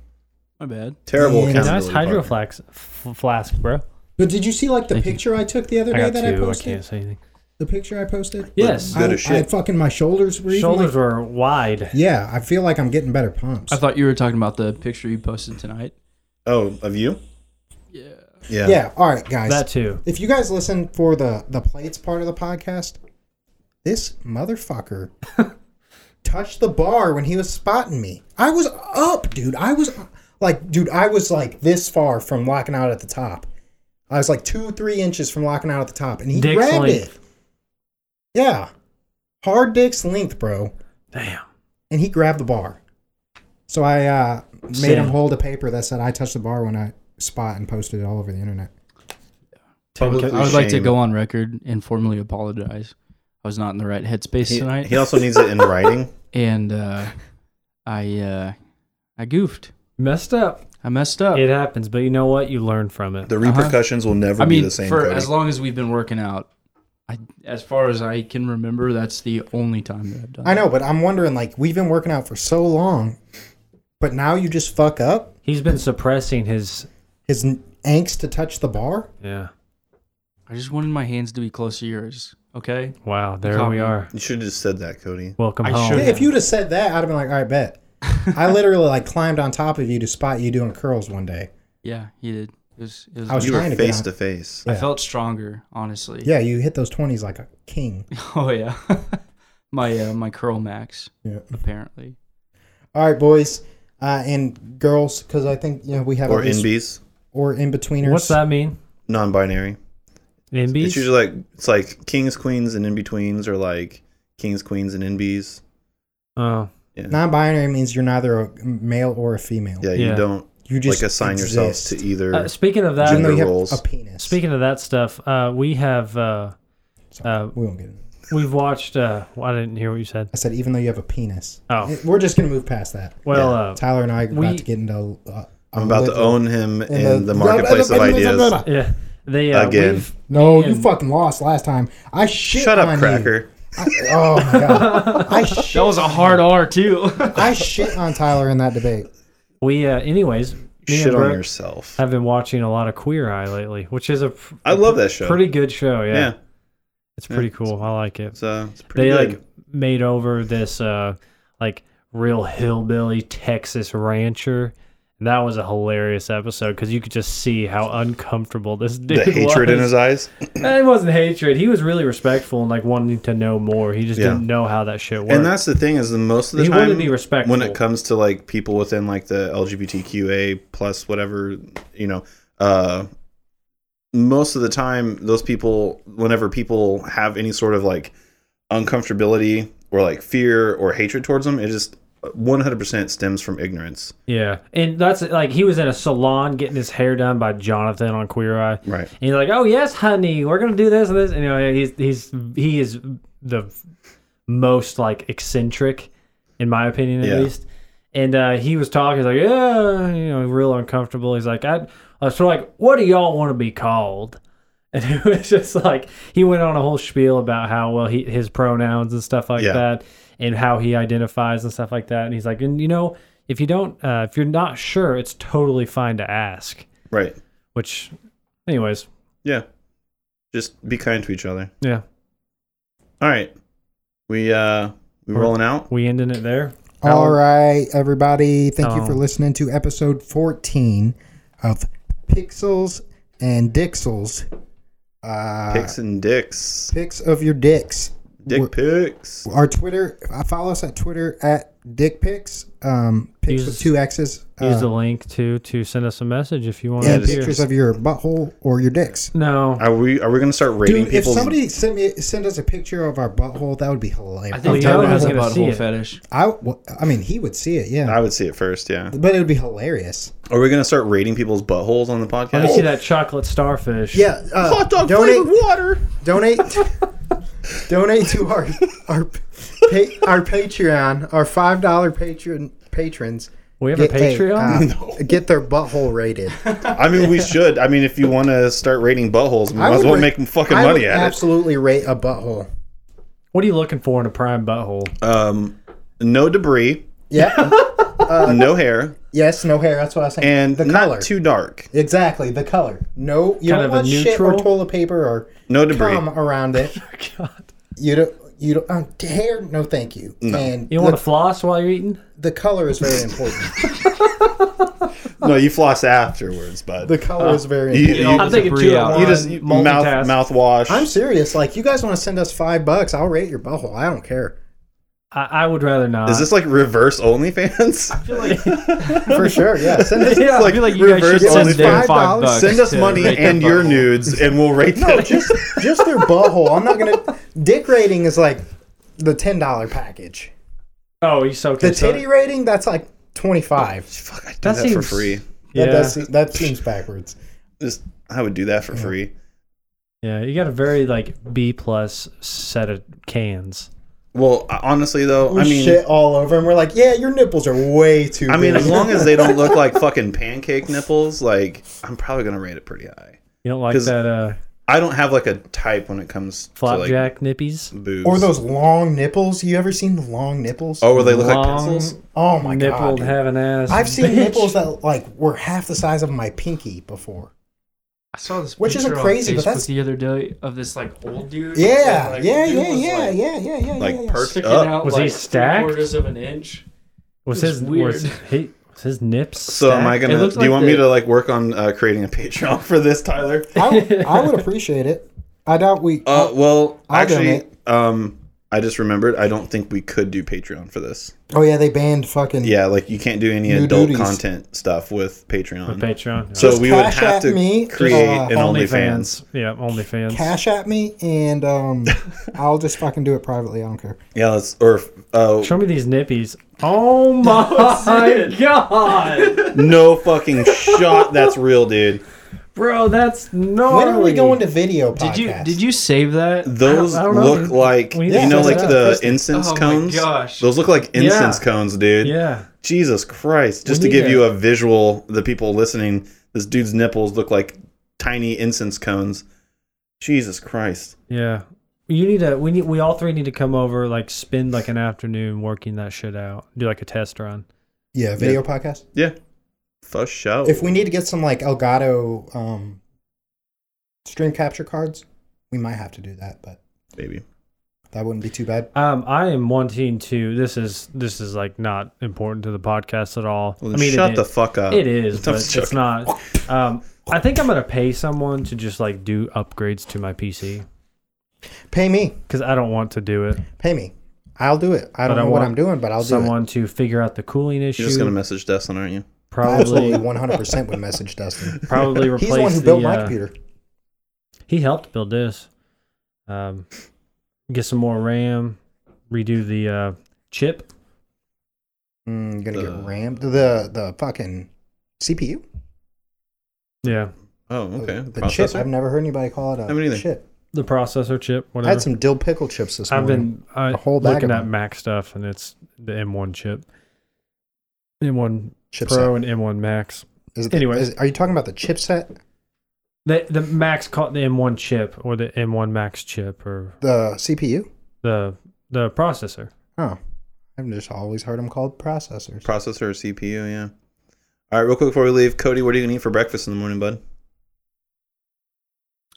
S4: My bad.
S2: Terrible
S1: Yeah.
S2: accountability.
S3: Nice hydro
S2: partner.
S3: flask, f- flask, bro.
S1: but did you see like the
S3: Thank you.
S1: picture I took the other
S3: I
S1: day
S3: got
S1: that I
S3: two. I,
S1: posted?
S3: can't say anything.
S1: The picture I posted.
S3: Yes,
S2: Good
S1: I,
S2: as shit.
S1: I fucking my shoulders were even,
S3: shoulders
S1: like,
S3: were wide.
S1: yeah, I feel like I'm getting better pumps.
S4: I thought you were talking about the picture you posted tonight.
S2: Oh, of you?
S4: Yeah.
S2: Yeah.
S1: yeah. All right, guys.
S3: That too.
S1: if you guys listen for the the plates part of the podcast, this motherfucker touched the bar when he was spotting me. I was up, dude. I was like, dude, I was like this far from locking out at the top. I was like two, three inches from locking out at the top, and he
S3: Dick's
S1: grabbed
S3: length.
S1: it. Yeah, hard dick's length, bro.
S3: Damn.
S1: And he grabbed the bar. So I uh, made him
S3: Sam.
S1: hold a paper that said I touched the bar when I spot and posted it all over the internet.
S2: Publicly
S4: I would like to
S2: shamed.
S4: go on record and formally apologize. I was not in the right headspace
S2: He,
S4: tonight,
S2: he also needs it in writing.
S4: and uh, I uh, I goofed.
S3: Messed up.
S4: I messed up.
S3: It happens, but you know what? You learn from it.
S2: The repercussions will never
S4: Uh-huh. I
S2: be
S4: mean,
S2: the same.
S4: for
S2: Cody.
S4: as long as we've been working out, I, as far as I can remember, that's the only time that I've done.
S1: I know, but I'm wondering like we've been working out for so long, but now you just fuck up
S3: He's been suppressing his.
S1: his n- angst to touch the bar.
S3: Yeah.
S4: it. I just wanted my hands to be close to yours. Okay.
S3: Wow. There
S4: Copy.
S3: we are.
S2: you should have just said that, Cody.
S3: Welcome
S4: I
S3: home.
S4: should-
S1: Yeah, If you'd have said that, I'd have been like, all right, bet. I literally like climbed on top of you to spot you doing curls one day.
S4: Yeah, he did. It was. It was.
S1: I was
S2: You
S1: trying
S2: were
S1: to get
S2: face
S1: on-
S2: to face.
S4: I
S1: yeah.
S4: felt stronger, honestly.
S1: Yeah, you hit those twenties like a king.
S4: Oh yeah. my uh, my curl max
S1: Yeah.
S4: apparently.
S1: All right, boys uh, and girls, because I think you know we have
S2: Or
S1: at least-
S2: NBs,
S1: or in betweeners.
S3: What's that mean?
S2: non binary. It's
S3: NBs?
S2: usually like it's like kings, queens, and in betweens, or like kings, queens, and NBs.
S3: Oh,
S2: Yeah.
S1: Non-binary means you're neither a male or a female.
S2: yeah, you
S3: Yeah.
S2: don't
S1: You just
S2: like assign
S1: exist.
S2: yourself to either.
S3: Uh, speaking of
S1: even
S3: that,
S1: though you
S2: gender
S1: have
S2: roles.
S1: a penis.
S3: speaking of that stuff, uh, we have uh,
S1: Sorry,
S3: uh,
S1: we won't get into it.
S3: we've watched. Uh, well, I didn't hear what you said.
S1: I said even though you have a penis.
S3: Oh,
S1: We're just gonna move past that.
S3: well,
S2: Yeah.
S3: uh,
S1: Tyler and I are
S3: We-
S1: about to get into. Uh,
S2: I'm about to own him in, the, marketplace of ideas.
S1: ideas.
S3: yeah, they uh,
S2: Again.
S3: we've-
S1: No,
S3: Man.
S1: you fucking lost last time. I shit
S2: Shut
S1: on
S2: up,
S1: you.
S2: cracker.
S1: I, oh my god, I shit.
S4: That was a hard R too.
S1: I shit on Tyler in that debate.
S3: we uh, anyways. Me
S2: Shit
S3: and
S2: on
S3: Brooke
S2: yourself.
S3: have been watching a lot of Queer Eye lately, which is a pr-
S2: I love that show.
S3: pretty good show. Yeah,
S2: yeah.
S3: it's pretty cool. I like it.
S2: It's, uh, it's pretty
S3: They
S2: good.
S3: like made over this uh, like real hillbilly Texas rancher. And that was a hilarious episode because you could just see how uncomfortable this dude
S2: the hatred
S3: was.
S2: in his eyes.
S3: It wasn't hatred. He was really respectful and like wanting to know more. He just
S2: Yeah.
S3: didn't know how that shit worked.
S2: And that's the thing is the most of the
S3: He wanted
S2: time
S3: to be respectful.
S2: when it comes to like people within like the LGBTQA plus whatever you know. uh Most of the time, those people, whenever people have any sort of like uncomfortability or like fear or hatred towards them, it just 100% stems from ignorance.
S3: yeah, and that's like he was in a salon getting his hair done by Jonathan on Queer Eye. And
S2: Right.
S3: he's like, "Oh yes, honey, we're gonna do this and this." And you know, he's he's he is the most like eccentric, in my opinion, at
S2: Yeah.
S3: least. And uh, he was talking, he's like, "Yeah," you know, real uncomfortable. He's like, "I," I was sort of like, "What do y'all want to be called?" And it was just like he went on a whole spiel about how well he his pronouns and stuff like
S2: Yeah.
S3: that, and how he identifies and stuff like that. And he's like, and you know, if you don't, uh, if you're not sure, it's totally fine to ask.
S2: Right.
S3: Which, anyways,
S2: Yeah. Just be kind to each other.
S3: yeah,
S2: All right. We uh we rolling out.
S3: we ending it there.
S1: All right, everybody. Thank you
S3: Oh.
S1: for listening to episode 14 of Pixels and Dixels. Uh,
S3: Uh,
S2: Picks and dicks.
S1: pics of your dicks.
S2: Dick pics.
S1: Our Twitter, uh, follow us at Twitter at Dick Pics, um, pics
S3: Use-
S1: with two X's.
S3: Use
S1: Uh,
S3: the link to to send us a message if you want
S1: and
S3: to appear.
S1: pictures of your butthole or your dicks.
S3: No,
S1: Oh.
S2: Are we are we gonna start rating
S1: Dude, if
S2: people?
S1: somebody sent me send us a picture of our butthole, that would be hilarious.
S4: I
S1: I,
S4: think
S3: Taylor
S4: Taylor has a
S3: doesn't see
S4: butthole
S3: it.
S4: fetish.
S1: well, I mean, he would see it, yeah,
S2: I would see it first. Yeah.
S1: but it would be hilarious.
S2: Are we gonna start rating people's buttholes on the
S3: I
S2: podcast?
S3: see that chocolate starfish.
S1: Yeah, uh,
S2: Hot dog
S1: donate,
S2: flavored water.
S1: donate, donate to our our pa- our Patreon, our five dollar patron patrons.
S3: we have a
S1: hey,
S3: Patreon.
S1: uh, get their butthole rated.
S2: I mean, we should. I mean, if you want to start rating buttholes, we might as
S1: would
S2: well
S1: ra-
S2: make them fucking
S1: I
S2: money
S1: would
S2: at
S1: absolutely rate a butthole.
S3: what are you looking for in a prime butthole?
S2: it. Um, no debris,
S1: Yeah.
S2: no hair,
S1: yes. No hair. That's what I was saying.
S2: and
S1: the
S2: not
S1: color.
S2: too dark.
S1: exactly the color. No, you
S3: Kind
S1: don't
S3: of a
S1: want shit or
S3: neutral? Oh
S1: toilet paper or
S2: No debris.
S1: cum around it.
S3: God,
S1: You don't. You don't. Um, hair? No, thank you. And
S3: you
S1: Uh, the,
S3: don't want to floss while you're eating?
S1: the color is very important.
S2: No, you floss afterwards, bud.
S1: the color is very.
S2: you,
S1: important.
S2: you,
S4: all the debris out.
S2: you just you mouth mouthwash.
S1: I'm serious. Like, you guys want to send us five bucks? I'll rate your butthole. I don't care.
S3: I, I would rather not.
S2: Is this like reverse OnlyFans?
S1: For sure. Yeah. Send us.
S4: Yeah,
S2: like
S4: I feel like you guys should
S2: reverse
S4: send
S1: OnlyFans.
S4: them
S1: $5
S4: five bucks.
S2: Send us
S4: to
S2: money
S4: rate their
S2: and your
S4: butthole.
S2: nudes, and we'll rate them.
S1: just just their butthole. I'm not gonna. Dick rating is like the ten dollar package.
S3: oh, you so
S1: The
S3: okay, so-
S1: titty rating that's like twenty five.
S2: Fuck, I do
S3: That
S2: that, for
S3: seems-
S2: free.
S3: Yeah,
S1: That does se- that seems backwards.
S2: Just I would do that for free.
S3: yeah, you got a very like B plus set of cans.
S2: Well, I- honestly though,
S1: We
S2: I mean,
S1: Oh, shit all over, and we're like, yeah, your nipples are way too.
S2: I mean,
S1: big.
S2: as long as they don't look like fucking pancake nipples, like I'm probably gonna rate it pretty high.
S3: You don't like
S2: 'Cause-
S3: that uh,
S2: I don't have like a type when it comes to like
S3: flapjack nippies?
S2: boobs
S1: or those long nipples. You ever seen the long nipples?
S2: Oh, where they look like
S3: Long
S2: pencils?
S1: Oh my god!
S3: Nippled
S1: dude.
S3: having ass.
S1: I've seen
S3: bitch.
S1: nipples that like were half the size of my pinky before.
S4: I saw this
S1: Which isn't
S4: picture
S1: crazy,
S4: on
S1: but
S4: Facebook
S1: that's-
S4: the other day of this like old dude.
S1: Yeah,
S4: and, like,
S1: yeah,
S4: the dude
S1: yeah,
S4: was,
S1: yeah,
S4: like,
S1: yeah, yeah, yeah,
S2: like
S1: yeah, yeah.
S2: perched
S4: Sticking
S2: up.
S4: out
S3: Was he
S4: like
S3: stacked?
S4: three quarters of an inch.
S3: Was
S4: It's
S3: his
S4: weird.
S3: was he was his nips?
S2: So am I
S3: stacked?
S2: gonna?
S4: It looks
S2: Do you
S4: like
S2: want me
S4: the-
S2: to like work on uh, creating a Patreon for this, Tyler?
S1: I, I would appreciate it. I doubt we. oh
S2: Uh, well,
S1: I'll
S2: actually,
S1: donate.
S2: um, I just remembered. I don't think we could do Patreon for this.
S1: oh yeah, they banned fucking.
S2: Yeah, like you can't do any
S1: New
S2: adult
S1: duties.
S2: content stuff with Patreon.
S3: Patreon?
S2: so
S1: Just
S2: we would
S1: cash
S2: have
S1: at
S2: to
S1: me,
S2: create
S1: uh,
S2: an OnlyFans.
S3: Yeah, OnlyFans.
S1: cash at me and um, I'll just fucking do it privately. I don't care.
S2: Yeah, let's or uh,
S3: Show me these nippies. Oh my god,
S2: no fucking shot. That's real, dude.
S3: bro, that's no.
S1: When are we going to video podcast?
S4: Did you did you save that?
S2: Those
S3: I don't know,
S2: look
S3: dude.
S2: like
S3: We need
S2: you
S1: to
S2: know,
S1: set
S2: like
S1: it up.
S2: the
S1: Let's-
S2: incense
S4: Oh my
S2: cones.
S4: gosh.
S2: Those look like incense cones, dude.
S3: Yeah,
S2: Jesus Christ. Just to
S3: need
S2: give
S3: to-
S2: you a visual, the people listening, this dude's nipples look like tiny incense cones. Jesus Christ.
S3: yeah. You need to. We need. We all three need to come over. Like spend like an afternoon working that shit out. Do like a test run.
S1: Yeah, video podcast.
S2: Yeah. For
S4: Oh.
S2: sure.
S1: If we need to get some like Elgato um, stream capture cards, we might have to do that, but
S2: Baby.
S1: that wouldn't be too bad.
S3: Um, I am wanting to. This is this is like not important to the podcast at all.
S2: Well,
S3: I
S2: then
S3: mean,
S2: shut
S3: it-
S2: the fuck up.
S3: It is, but
S2: just
S3: it's not. Um, I think I'm gonna pay someone to just like do upgrades to my PC
S1: Pay me,
S3: because I don't want to do it.
S1: pay me. I'll do it. I
S3: But
S1: don't
S3: I
S1: know what
S3: want
S1: I'm doing, but I'll do it.
S3: Someone to figure out the cooling issue.
S2: You're just going to message Destin, aren't you?
S1: I Absolutely,
S3: probably
S1: 100% would message Dustin.
S3: probably replace
S1: He's the one who built my
S3: uh,
S1: computer.
S3: He helped build this. Um, get some more RAM. Redo the uh, chip.
S1: Mm, gonna
S2: the-
S1: get rammed. The the fucking CPU.
S3: Yeah,
S2: Oh,
S1: The-
S2: okay.
S1: The chip. I've
S2: Processor.
S1: never heard anybody call it a
S2: Haven't either.
S1: chip.
S3: the processor chip.
S1: I had
S3: Whatever.
S1: some dill pickle chips this
S3: I've
S1: morning.
S3: been I,
S1: A whole bag
S3: looking
S1: of
S3: at
S1: them.
S3: Mac stuff, and it's the M1 chip. M1
S1: chipset.
S3: Pro and M1 Max.
S1: Is it the-
S3: Anyway.
S1: is- are you talking about the chipset?
S3: The the Max called the M1 chip or the M1 Max chip or
S1: The CPU?
S3: the the processor.
S1: Oh, I've just always heard them called processors.
S2: Processor or CPU, yeah. All right, real quick before we leave, Cody, what are you going to eat for breakfast in the morning, bud?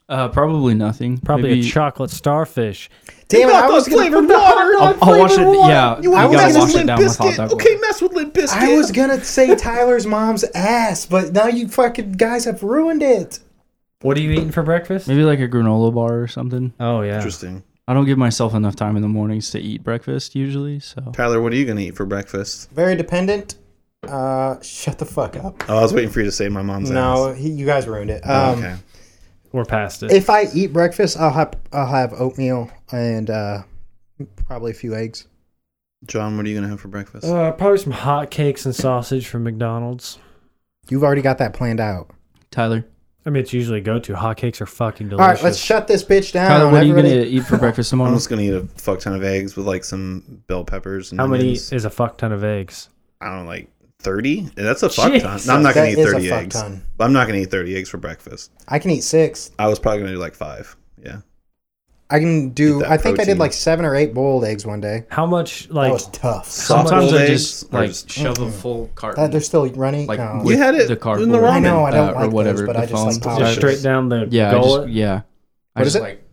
S4: Uh, probably nothing.
S3: Probably
S4: Maybe-
S3: a chocolate starfish.
S1: Damn it! I
S2: Hot
S1: was
S2: dog
S1: gonna
S2: flavored water.
S4: I'll, I'll wash it. Yeah, you,
S1: I was
S4: gotta
S1: gonna
S4: wash
S1: say
S4: it down with hot dog. water.
S2: mess with Limp Bizkit.
S1: I was gonna say Tyler's mom's ass, but now you fucking guys have ruined it.
S3: What are you eating for breakfast?
S4: Maybe like a granola bar or something.
S3: Oh yeah.
S2: Interesting.
S4: I don't give myself enough time in the mornings to eat breakfast usually. So
S2: Tyler, what are you gonna eat for breakfast?
S1: Very dependent. Uh, shut the fuck up.
S2: Oh, I was waiting for you to say my mom's ass.
S1: No, um, he, you guys ruined it.
S2: Oh,
S1: Um,
S2: okay.
S3: We're past it.
S1: If I eat breakfast, I'll have I'll have oatmeal and uh, probably a few eggs.
S2: John, what are you gonna have for breakfast?
S3: Uh, probably some hot cakes and sausage from McDonald's.
S1: You've already got that planned out.
S4: Tyler,
S3: I mean, it's usually go to. Hot cakes are fucking
S1: All
S3: delicious.
S1: right, let's shut this bitch down.
S4: Tyler, what are you gonna
S1: everybody.
S4: eat for breakfast
S2: I'm
S4: tomorrow?
S2: just gonna eat a fuck ton of eggs with like some bell peppers and
S3: How many
S2: onions.
S3: is a fuck ton of eggs?
S2: I don't know, like thirty. That's a fuck ton.
S3: Jesus.
S2: No, I'm not gonna
S1: That
S2: eat
S1: is a
S2: thirty
S1: fuck
S2: eggs.
S1: ton.
S2: I'm not gonna eat thirty eggs for breakfast.
S1: I can eat six.
S2: I was probably gonna do like five. Yeah.
S1: I can
S2: Eat
S1: do.
S2: that
S1: I think I
S2: protein.
S1: did like seven or eight boiled eggs one day.
S3: How much like
S1: that was tough.
S3: How much-
S4: Sometimes I
S2: Soft-boiled
S4: just
S2: eggs or
S4: like
S2: just-
S4: shove a full carton.
S1: Mm. That they're still running.
S4: like
S1: no.
S2: You
S4: with
S2: had it
S4: the
S2: in the
S4: cardboard.
S2: ramen, I
S1: know, I don't
S4: uh,
S1: like
S4: or
S1: those,
S4: whatever.
S1: but
S4: the
S1: I just like
S4: foam-
S1: powder.
S3: just straight down the
S4: Yeah, I
S3: gullet?
S4: just, yeah. I
S1: What is
S4: just
S1: it?
S4: Like,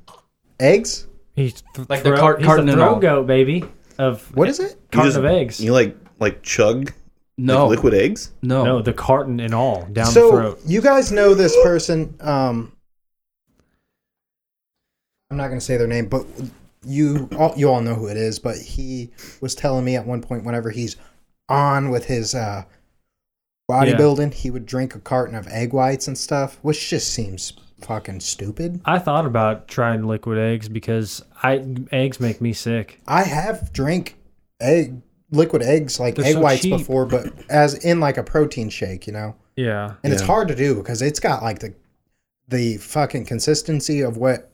S1: eggs?
S3: He's th-
S4: Like the
S3: throw-
S4: cart-
S3: he's
S4: carton
S3: the
S4: and
S3: throw
S4: all.
S3: goat, baby. Of
S1: What is it?
S2: You
S3: Carton
S2: just-
S3: of eggs.
S2: You like like chug
S4: no,
S2: like, liquid eggs?
S4: no,
S3: No, the carton and all down
S1: so
S3: the throat.
S1: you guys know this person. Um, I'm not gonna say their name, but you all you all know who it is. But he was telling me at one point, whenever he's on with his uh, bodybuilding, he would drink a carton of egg whites and stuff, which just seems fucking stupid.
S3: I thought about trying liquid eggs because I eggs make me sick.
S1: I have drank egg liquid eggs like
S3: They're
S1: egg
S3: so
S1: whites
S3: cheap.
S1: before, but as in like a protein shake, you know.
S3: Yeah.
S1: And it's
S2: Yeah.
S1: hard to do because it's got like the the fucking consistency of what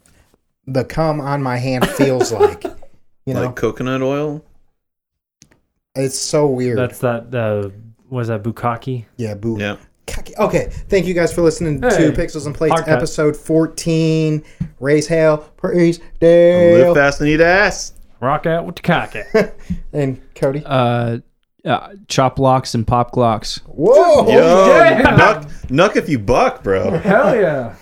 S1: the cum on my hand feels like. You know,
S2: Like coconut oil?
S1: it's so weird.
S3: That's that uh was that bukkake?
S1: yeah, boo.
S2: Yeah.
S1: Cocky- Okay, thank you guys for listening
S3: Hey.
S1: to Pixels and Plates
S3: Hard cut.
S1: episode 14. Raise hail, praise
S2: Live
S1: Dale.
S2: fast and eat ass.
S3: Rock out with the cock out.
S1: And Cody.
S4: uh, uh, chop locks and pop glocks.
S1: Whoa!
S2: Yo, buck, nuck if you buck, bro.
S3: Hell yeah.